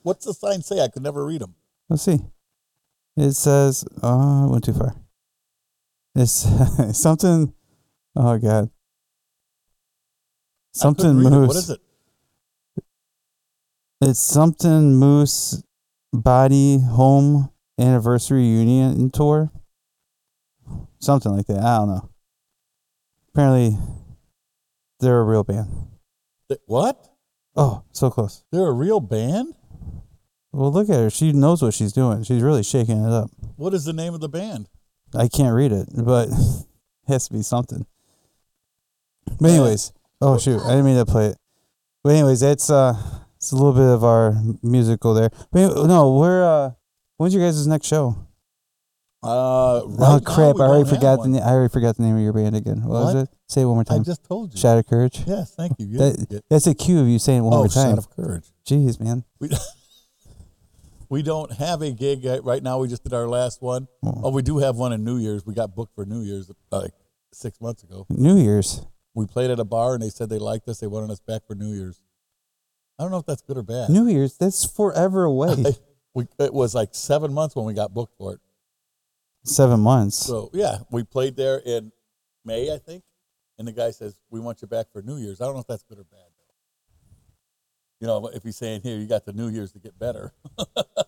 S1: What's the sign say? I could never read them.
S2: Let's see. It says, oh, I went too far. It's something. Oh God. Something moves.
S1: What is it?
S2: It's something Moose Body Home Anniversary Union Tour. Something like that. I don't know. Apparently, they're a real band.
S1: Th- What?
S2: Oh, so close.
S1: They're a real band?
S2: Well, look at her. She knows what she's doing. She's really shaking it up.
S1: What is the name of the band?
S2: I can't read it, but it has to be something. But anyways, oh shoot, I didn't mean to play it. But anyways, that's uh, it's a little bit of our musical there. But anyway, no, we're uh, when's your guys' next show?
S1: Uh,
S2: oh
S1: right now,
S2: crap,
S1: we
S2: I
S1: don't have
S2: already forgot the
S1: one.
S2: na- I already forgot the name of your band again. What, was
S1: What?
S2: it? Say it one more
S1: I
S2: time.
S1: just told you.
S2: Shout of courage.
S1: yes, thank you. Good,
S2: That,
S1: good.
S2: that's a cue of you saying it one
S1: oh,
S2: more time.
S1: Son of Courage.
S2: Jeez, man.
S1: We, we don't have a gig right- right now. We just did our last one.
S2: Oh.
S1: Oh, we do have one in New Year's. We got booked for New Year's uh, like six months ago.
S2: New Year's.
S1: We played at a bar and they said they liked us. They wanted us back for New Year's. I don't know if that's good or bad.
S2: New Year's. That's forever away.
S1: we, it was like seven months when we got booked for it.
S2: Seven months.
S1: So yeah, we played there in May, I think, and the guy says we want you back for New Year's. I don't know if that's good or bad. Though. You know, if he's saying here you got the New Year's to get better.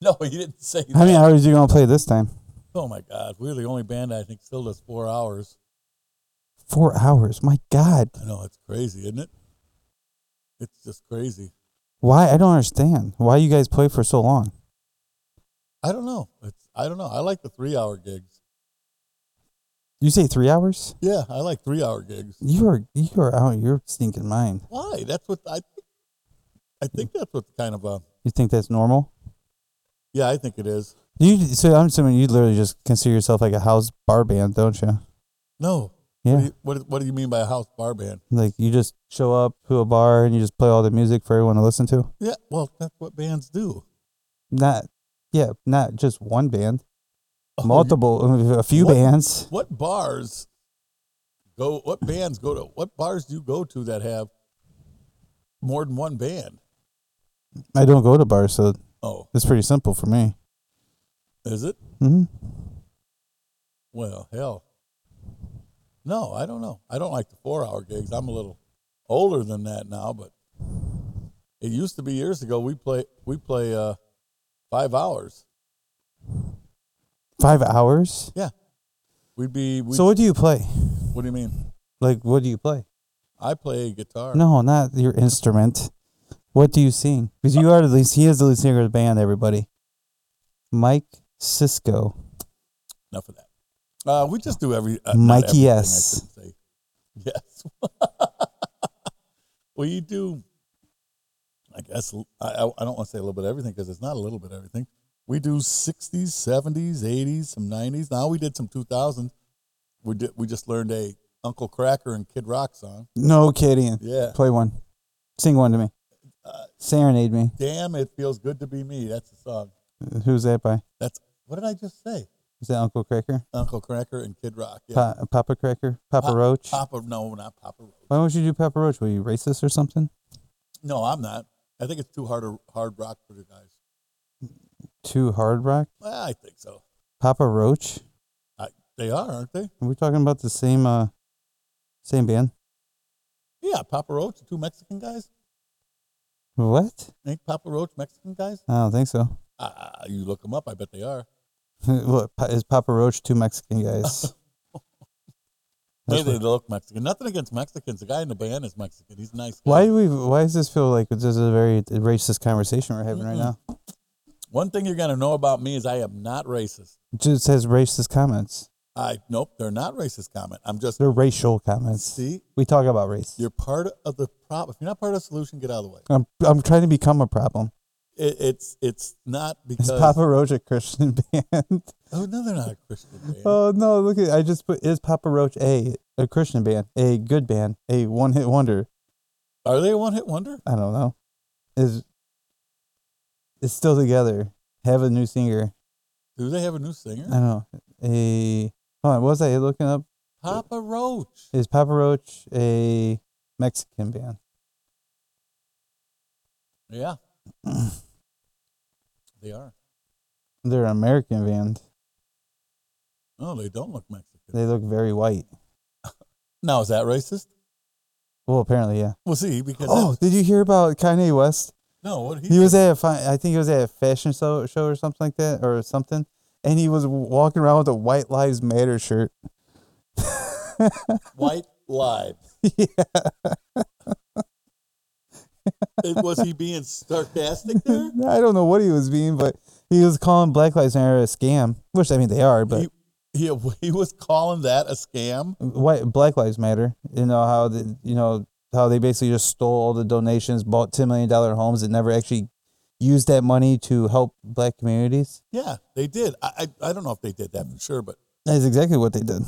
S1: no, he didn't say.
S2: How
S1: That.
S2: many hours are you gonna play this time?
S1: Oh my God, we're the only band I think still does four hours.
S2: Four hours. My God.
S1: I know it's crazy, isn't it? It's just crazy.
S2: Why? I don't understand. Why you guys play for so long?
S1: I don't know. It's I don't know. I like the three-hour gigs.
S2: You say three hours?
S1: Yeah, I like three-hour gigs.
S2: You are you are out your stinking mind.
S1: Why? That's what I. think I think that's what kind of a.
S2: You think that's normal?
S1: Yeah, I think it is.
S2: You so I'm assuming you literally just consider yourself like a house bar band, don't you?
S1: No, What, do
S2: Yeah.
S1: you, what, what do you mean by a house bar band?
S2: Like you just show up to a bar and you just play all the music for everyone to listen to.
S1: Yeah, well, that's what bands do.
S2: Not yeah, not just one band,
S1: Oh, you-
S2: multiple, a few
S1: What?
S2: bands.
S1: What bars go? What bands go to? What bars do you go to that have more than one band?
S2: I don't go to bars, so
S1: Oh,
S2: it's pretty simple for me.
S1: is it?
S2: hmm
S1: Well, hell, no, I don't know. I don't like the four-hour gigs. I'm a little older than that now, but it used to be years ago. We play we play uh, five hours.
S2: Five hours.
S1: Yeah, we'd be. We'd,
S2: so what do you play?
S1: what do you mean?
S2: Like what do you play?
S1: I play guitar.
S2: No, not your instrument. What do you sing? Because you are the least, he is the lead singer of the band, everybody. Mike Cisco.
S1: enough of that. Uh, we just do every uh, not everything,
S2: Mikey
S1: I
S2: S.
S1: shouldn't say. Yes. we do. I guess I, I I don't want to say a little bit of everything because it's not a little bit of everything. We do sixties, seventies, eighties, some nineties. Now we did some two thousands. We did, we just learned a Uncle Cracker and Kid Rock song.
S2: No kidding.
S1: Yeah.
S2: Play one. Sing one to me.
S1: Uh,
S2: Serenade me.
S1: Damn, it feels good to be me. That's the song.
S2: Who's that by?
S1: That's what did I just say?
S2: Is that Uncle Cracker?
S1: Uncle Cracker and Kid Rock. Yeah.
S2: Pa- Papa Cracker? Papa
S1: Pa-
S2: Roach?
S1: Papa, no, not Papa Roach.
S2: Why won't you do Papa Roach? Were you racist or something?
S1: No, I'm not. I think it's too hard a, hard rock for the guys.
S2: Too hard rock?
S1: Well, I think so.
S2: Papa Roach?
S1: I, they are, aren't they?
S2: Are we talking about the same uh same band?
S1: Yeah, Papa Roach, the two Mexican guys.
S2: What?
S1: Ain't Papa Roach Mexican guys?
S2: I don't think so.
S1: Ah, you look them up. I bet they are.
S2: what pa- is Papa Roach two Mexican guys?
S1: They,
S2: That's
S1: they look Mexican. Nothing against Mexicans. The guy in the band is Mexican. He's a nice. guy.
S2: Why do we? Why does this feel like this is a very racist conversation we're having right
S1: Mm-mm.
S2: now?
S1: One thing you're gonna know about me is I am not racist.
S2: It just says racist comments.
S1: I nope, they're not racist. Comment. I'm just
S2: They're racial comments.
S1: see.
S2: We talk about race.
S1: You're part of the problem. If you're not part of the solution, get out of the way.
S2: I'm, I'm trying to become a problem.
S1: It, it's it's not because.
S2: Is Papa Roach a Christian band?
S1: oh no, they're not a Christian band.
S2: oh no! Look at I just put is Papa Roach a a Christian band, a good band, a one hit wonder.
S1: Are they a one hit wonder?
S2: I don't know. Is is still together? Have a new singer?
S1: Do they have a new singer?
S2: I don't know. A hold on. What was I looking up?
S1: Papa Roach.
S2: Is Papa Roach a Mexican band?
S1: Yeah. they are.
S2: They're an American band.
S1: No, they don't look Mexican.
S2: They look very white.
S1: Now, is that racist?
S2: Well, apparently, yeah.
S1: Well, see, because
S2: Oh, did you hear about Kanye West?
S1: no, what he,
S2: He was at a fi- I think he was at a fashion show, show or something like that or something, and he was walking around with a White Lives Matter shirt.
S1: white live.
S2: yeah.
S1: It- was he being sarcastic there?
S2: I don't know what he was being, but he was calling Black Lives Matter a scam, which I mean they are, but
S1: He- He, he was calling that a scam.
S2: white Black Lives Matter. You know how the, you know how they basically just stole all the donations, bought ten million dollar homes, and never actually used that money to help Black communities.
S1: Yeah, they did. I, I I don't know if they did that for sure, but
S2: That's exactly what they did,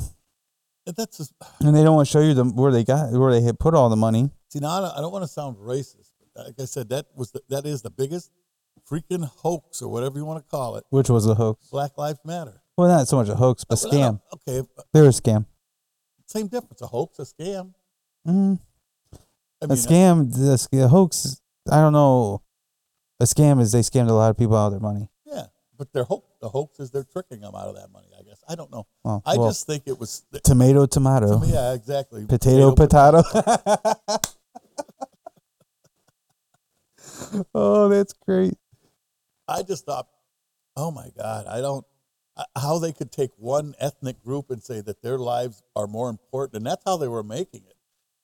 S1: that's just,
S2: and they don't want to show you the, where they got where they had put all the money.
S1: see now I don't, I don't want to sound racist. But like I said, that was the, that is the biggest freaking hoax or whatever you want to call it.
S2: Which was a hoax.
S1: Black Lives Matter
S2: Well, not so much a hoax, but
S1: But I don't-
S2: scam.
S1: Okay, uh,
S2: They're a scam.
S1: same difference. A hoax, a scam.
S2: Mm,
S1: I
S2: a scam, the sc- a hoax. I don't know. A scam is they scammed a lot of people out of their money.
S1: Yeah, but their hoax, the hoax is they're tricking them out of that money. I guess I don't know.
S2: Well,
S1: I
S2: well,
S1: just think it was.
S2: tomato, tomato,
S1: Yeah, exactly.
S2: potato, potato. oh, that's great.
S1: I just thought, oh my God, I don't. I- How they could take one ethnic group and say that their lives are more important, and that's how they were making it,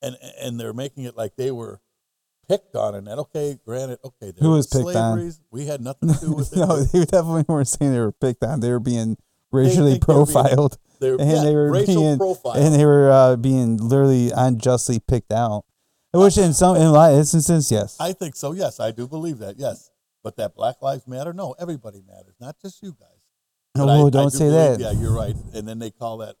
S1: and and they're making it like they were picked on, and that okay, granted, okay, there
S2: Who
S1: were
S2: was picked on?
S1: slaveries. We had nothing to do with it.
S2: no, they definitely weren't saying they were picked on. They were being
S1: they were
S2: racially
S1: being-
S2: profiled,
S1: They were-
S2: and
S1: yeah,
S2: they were
S1: racial
S2: being
S1: profile.
S2: and they were uh, being literally unjustly picked out. Which in some in a lot of instances, yes.
S1: I think so. Yes, I do believe that. Yes, but that Black Lives Matter. No, everybody matters, not just you guys.
S2: No,
S1: But I-
S2: whoa,
S1: I
S2: don't
S1: do
S2: say
S1: believe-
S2: that.
S1: Yeah, you're right. And then they call that,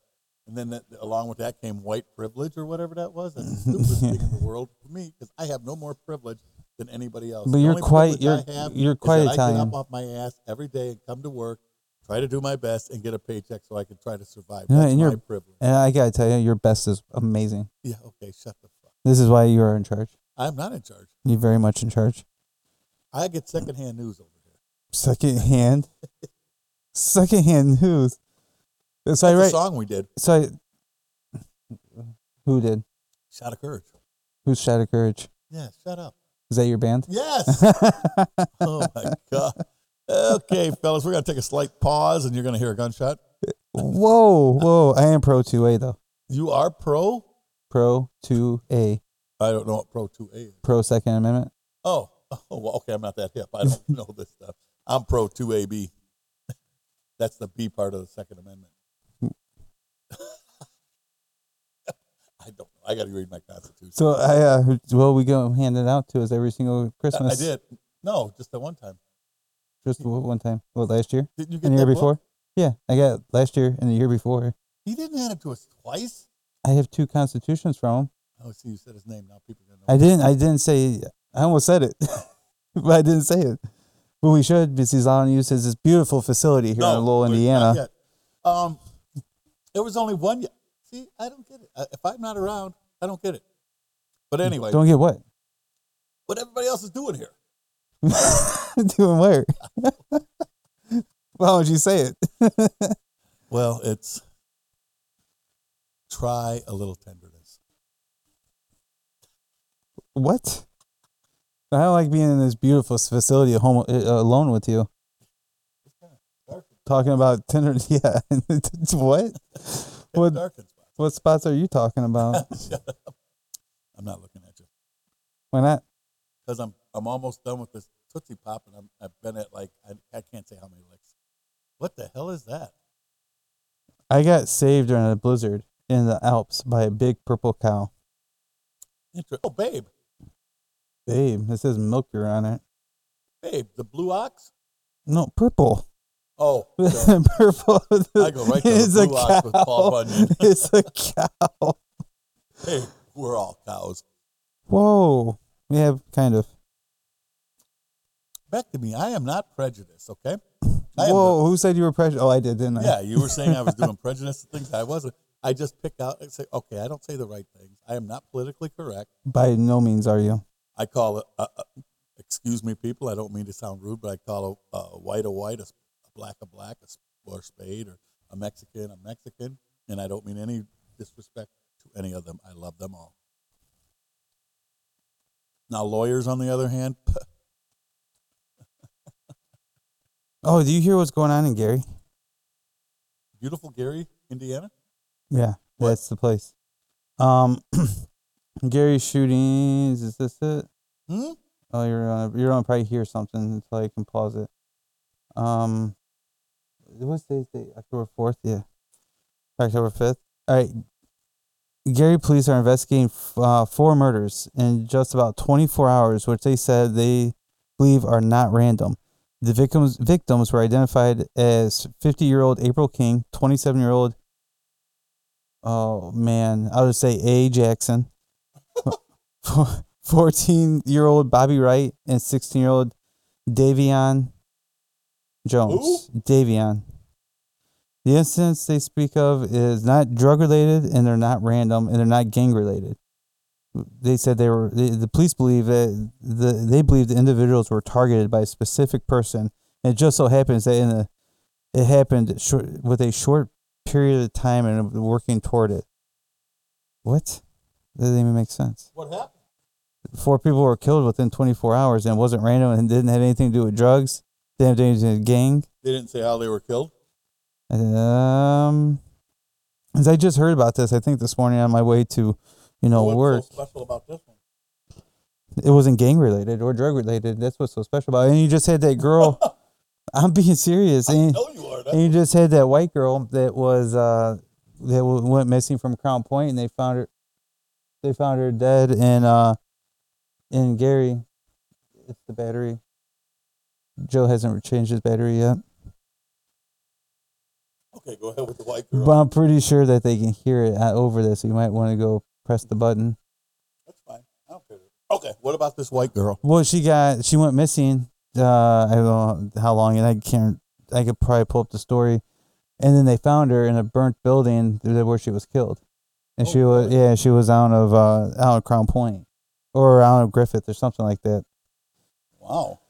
S1: and then that, along with that came white privilege or whatever that was. That's the stupidest thing in the world for me because I have no more privilege than anybody else.
S2: But
S1: The
S2: you're
S1: only
S2: quite-
S1: privilege
S2: you're-
S1: I have
S2: you're
S1: is
S2: quite
S1: that I
S2: Italian.
S1: get up off my ass every day and come to work, try to do my best and get a paycheck so I can try to survive.
S2: No,
S1: That's
S2: and
S1: my
S2: you're-
S1: privilege.
S2: And I gotta tell you, your best is amazing.
S1: Yeah. Okay. Shut the fuck.
S2: This is why you are in charge.
S1: I'm not in charge.
S2: You're very much in charge.
S1: I get secondhand news over here.
S2: Second hand, second hand news. So I
S1: That's
S2: write.
S1: the song we did.
S2: So I, who did?
S1: Shot of courage.
S2: Who's Shadow Courage?
S1: Yeah. Shut up.
S2: Is that your band?
S1: Yes. oh my god. Okay, fellas, we're gonna take a slight pause, and you're gonna hear a gunshot.
S2: Whoa, whoa! I am pro two A though.
S1: You are pro.
S2: Pro two A.
S1: I don't know what pro two A is.
S2: Pro Second Amendment.
S1: Oh, oh, well, okay. I'm not that hip. I don't know this stuff. I'm pro two A B. That's the B part of the Second Amendment. I don't. know. I got to read my Constitution.
S2: So I, uh, well, we go hand it out to us every single
S1: I-
S2: Christmas.
S1: I did. No, just the one time.
S2: just w- one time. What last year?
S1: Didn't you get
S2: And the
S1: that
S2: year
S1: book?
S2: before? Yeah, I got it last year and the year before.
S1: He didn't hand it to us twice.
S2: I have two constitutions from him.
S1: Oh, see, you said his name. Now people are gonna know.
S2: I didn't. I didn't say. I almost said it, but I didn't say it. But we should because he's on use this beautiful facility here in Lowell,
S1: we're- not
S2: Indiana.
S1: yet. Um, there was only one. Yet. See, I don't get it. I- If I'm not around, I don't get it. But anyway,
S2: Don't get what
S1: what everybody else is doing here.
S2: doing where. Why would you say it?
S1: Well, it's try a little tenderness.
S2: What? I don't like being in this beautiful s- facility at home uh, alone with you.
S1: dark.
S2: Talking about Tinder, yeah. what?
S1: It's
S2: What?
S1: dark in spots.
S2: What spots are you talking about?
S1: Shut up. I'm not looking at you
S2: Why not?
S1: because I'm I'm almost done with this tootsie pop, and I'm, I've been at like I, I can't say how many licks. What the hell is that?
S2: I got saved during a blizzard in the Alps by a big purple cow.
S1: Inter- oh, babe,
S2: Babe, it says milker on it.
S1: babe, the blue ox.
S2: No, purple.
S1: Oh, so-
S2: purple.
S1: I go right to the
S2: It's a
S1: blue ox with Paul
S2: cow.
S1: Bunyan.
S2: It's a cow.
S1: hey, we're all cows.
S2: Whoa. Yeah, kind of.
S1: Back to me. I am not prejudiced, okay? I am
S2: Whoa, who said you were precious? Oh, I did, didn't I?
S1: not- yeah, you were saying I was doing prejudice things. I wasn't. I just pick out and say, okay, I don't say the right things. I am not politically correct.
S2: By no means are you.
S1: I call it, uh, uh, excuse me, people, I don't mean to sound rude, but I call a, a white a white, a, s- a black a black, a, s- or a spade, or a Mexican a Mexican. And I don't mean any disrespect to any of them. I love them all. Now, lawyers, on the other hand,
S2: Oh, do you hear what's going on in Gary?
S1: beautiful Gary, Indiana.
S2: Yeah, that's the place. Um, Gary shootings. Is this it?
S1: Hmm?
S2: Oh, you're on. You're on. Probably hear something until I can pause it. Um, what's today's date? October fourth. Yeah, October fifth. All right. Gary police are investigating f- uh, four murders in just about 24 hours, which they said they believe are not random. The victims victims were identified as 50 year old April King, 27 year old. Oh man, I'll just say A Jackson. 14 year old Bobby Wright and 16 year old Davion Jones. Davion. The incidents they speak of is not drug related and they're not random and they're not gang related. They said they were, the, the police believe that the, they believe the individuals were targeted by a specific person. And it just so happens that in a, it happened short, with a short period of time and working toward it. What? That doesn't even make sense
S1: What happened?
S2: four people were killed within 24 hours and it wasn't random and didn't have anything to do with drugs, didn't have anything to do with gang.
S1: They didn't say how they were killed.
S2: Um, as I just heard about this, I think this morning on my way to, you know,
S1: What's
S2: work,
S1: so special about this one?
S2: it wasn't gang related or drug related. That's what's so special about it. And you just had that girl. I'm being serious. And,
S1: No, Oh, you are.
S2: and you just had that white girl that was uh that w- went missing from Crown Point, and they found her. They found her dead in uh in Gary. It's the battery. Joe hasn't changed his battery yet,
S1: Okay, go ahead with the white girl.
S2: but I'm pretty sure that they can hear it uh, over this. So you might want to go press the button.
S1: That's fine. I don't care. Okay, what about this white girl?
S2: Well, she got she went missing. Uh, I don't know how long, and I can't. I could probably pull up the story, and then they found her in a burnt building th- where she was killed, and
S1: Oh,
S2: she was
S1: really?
S2: yeah she was out of uh out of Crown Point, or out of Griffith or something like that.
S1: Wow.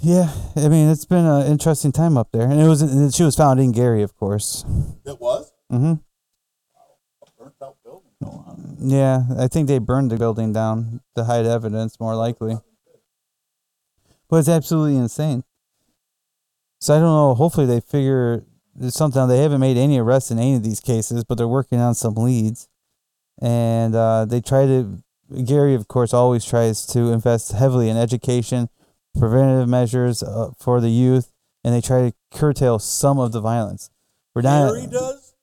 S2: Yeah, I mean it's been an interesting time up there, and it was and she was found in Gary, of course.
S1: It was
S2: hmm
S1: a burnt out building. Go on.
S2: Yeah, I think they burned the building down to hide evidence, more likely. But it's absolutely insane. So I don't know. Hopefully they figure there's something. They haven't made any arrests in any of these cases, but they're working on some leads, and uh, they try to. Gary, of course, always tries to invest heavily in education, preventative measures uh, for the youth, and they try to curtail some of the violence. We're not.
S1: Gary does.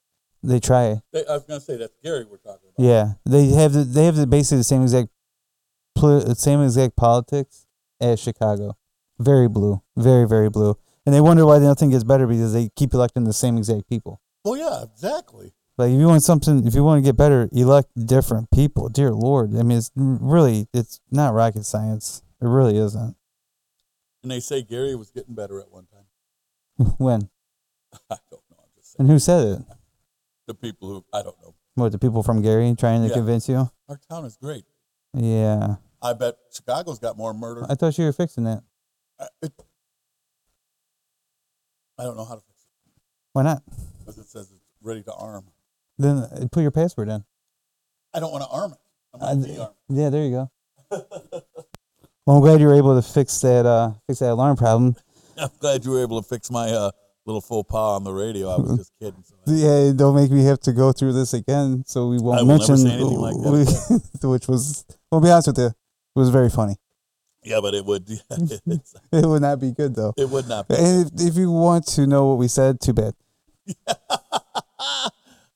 S2: They try.
S1: They, I was gonna say that's Gary we're talking about.
S2: Yeah, they have the, they have the, basically the same exact poli- same exact politics as Chicago. Very blue, very very blue, and they wonder why nothing gets better because they keep electing the same exact people.
S1: Well, yeah, exactly.
S2: Like if you want something, if you want to get better, elect different people. Dear Lord, I mean it's really it's not rocket science. It really isn't.
S1: And they say Gary was getting better at one time.
S2: when
S1: I don't know. I'm just saying
S2: and who said it?
S1: the people who I don't know.
S2: What the people from Gary trying to
S1: Yeah.
S2: convince you?
S1: Our town is great.
S2: Yeah,
S1: I bet Chicago's got more murder.
S2: I thought you were fixing that.
S1: I, it, I don't know how to fix it
S2: Why not?
S1: because it says it's ready to arm.
S2: Then uh, put your password in.
S1: I don't want to arm it. I'm
S2: I-
S1: going to de-arm.
S2: Uh, Yeah, there you go. well, I'm glad you were able to fix that uh, fix that alarm problem.
S1: I'm glad you were able to fix my uh, little faux pas on the radio. I was just kidding. So uh, I-
S2: Yeah, don't make me have to go through this again. So we won't
S1: I will never
S2: mention
S1: say anything like that.
S2: we- which was. Well, be honest with you, it was very funny.
S1: yeah, but it would. it's-
S2: It would not be good though.
S1: it would not be.
S2: And if, if you want to know what we said, too bad.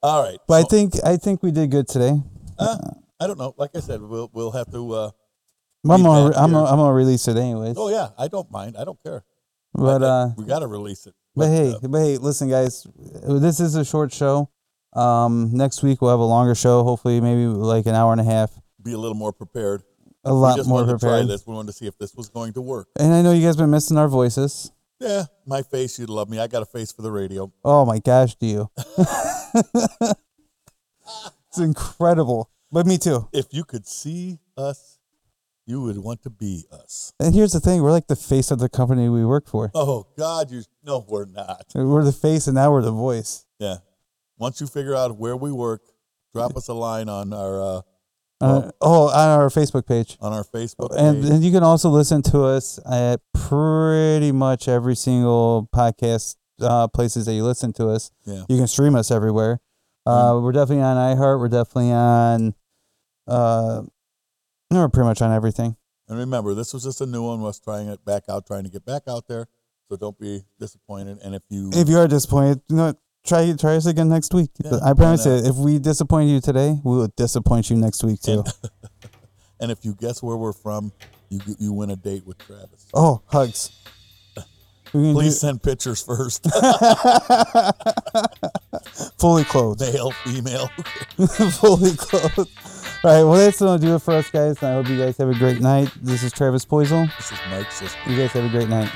S1: All right.
S2: But I
S1: so,
S2: think I think we did good today.
S1: uh, I don't know. Like I said, we'll we'll have to. Uh,
S2: I'm gonna,
S1: back
S2: I'm
S1: here.
S2: gonna, I'm gonna release it anyways.
S1: oh yeah, I don't mind. I don't care.
S2: but
S1: I- I-
S2: uh,
S1: we got to release it.
S2: But hey,
S1: uh,
S2: but hey, listen, guys, this is a short show. Um, next week we'll have a longer show. Hopefully, maybe like an hour and a half.
S1: be a little more prepared.
S2: A
S1: we
S2: lot
S1: just
S2: more
S1: wanted to
S2: prepared.
S1: try this. We wanted to see if this was going to work.
S2: And I know you guys been missing our voices.
S1: Yeah, my face. You'd love me. I got a face for the radio.
S2: Oh my gosh, do you? it's incredible. But me too.
S1: If you could see us, you would want to be us.
S2: And here's the thing: we're like the face of the company we work for.
S1: Oh God, you. No, we're not.
S2: We're the face, and now we're the voice.
S1: Yeah. Once you figure out where we work, drop us a line on our uh,
S2: Uh, oh, on our Facebook page.
S1: on our Facebook
S2: And,
S1: page.
S2: and you can also listen to us at pretty much every single podcast uh, places that you listen to us.
S1: Yeah.
S2: You can stream us everywhere. Uh, We're definitely on iHeart. We're definitely on. Uh, we're pretty much on everything.
S1: And remember, this was just a new one. Was trying it back out, trying to get back out there. So don't be disappointed. And if you
S2: If you are disappointed, you know, try try us again next week.
S1: Yeah,
S2: I promise
S1: why
S2: you, if we disappoint you today, we will disappoint you next week too.
S1: and if you guess where we're from, you you win a date with Travis.
S2: oh, hugs. We can do-
S1: Please send pictures first,
S2: fully clothed.
S1: male, female.
S2: fully clothed. All right, well, that's going to do it for us, guys. And I hope you guys have a great night. This is Travis Poisel.
S1: this is Mike's sister.
S2: You guys have a great night.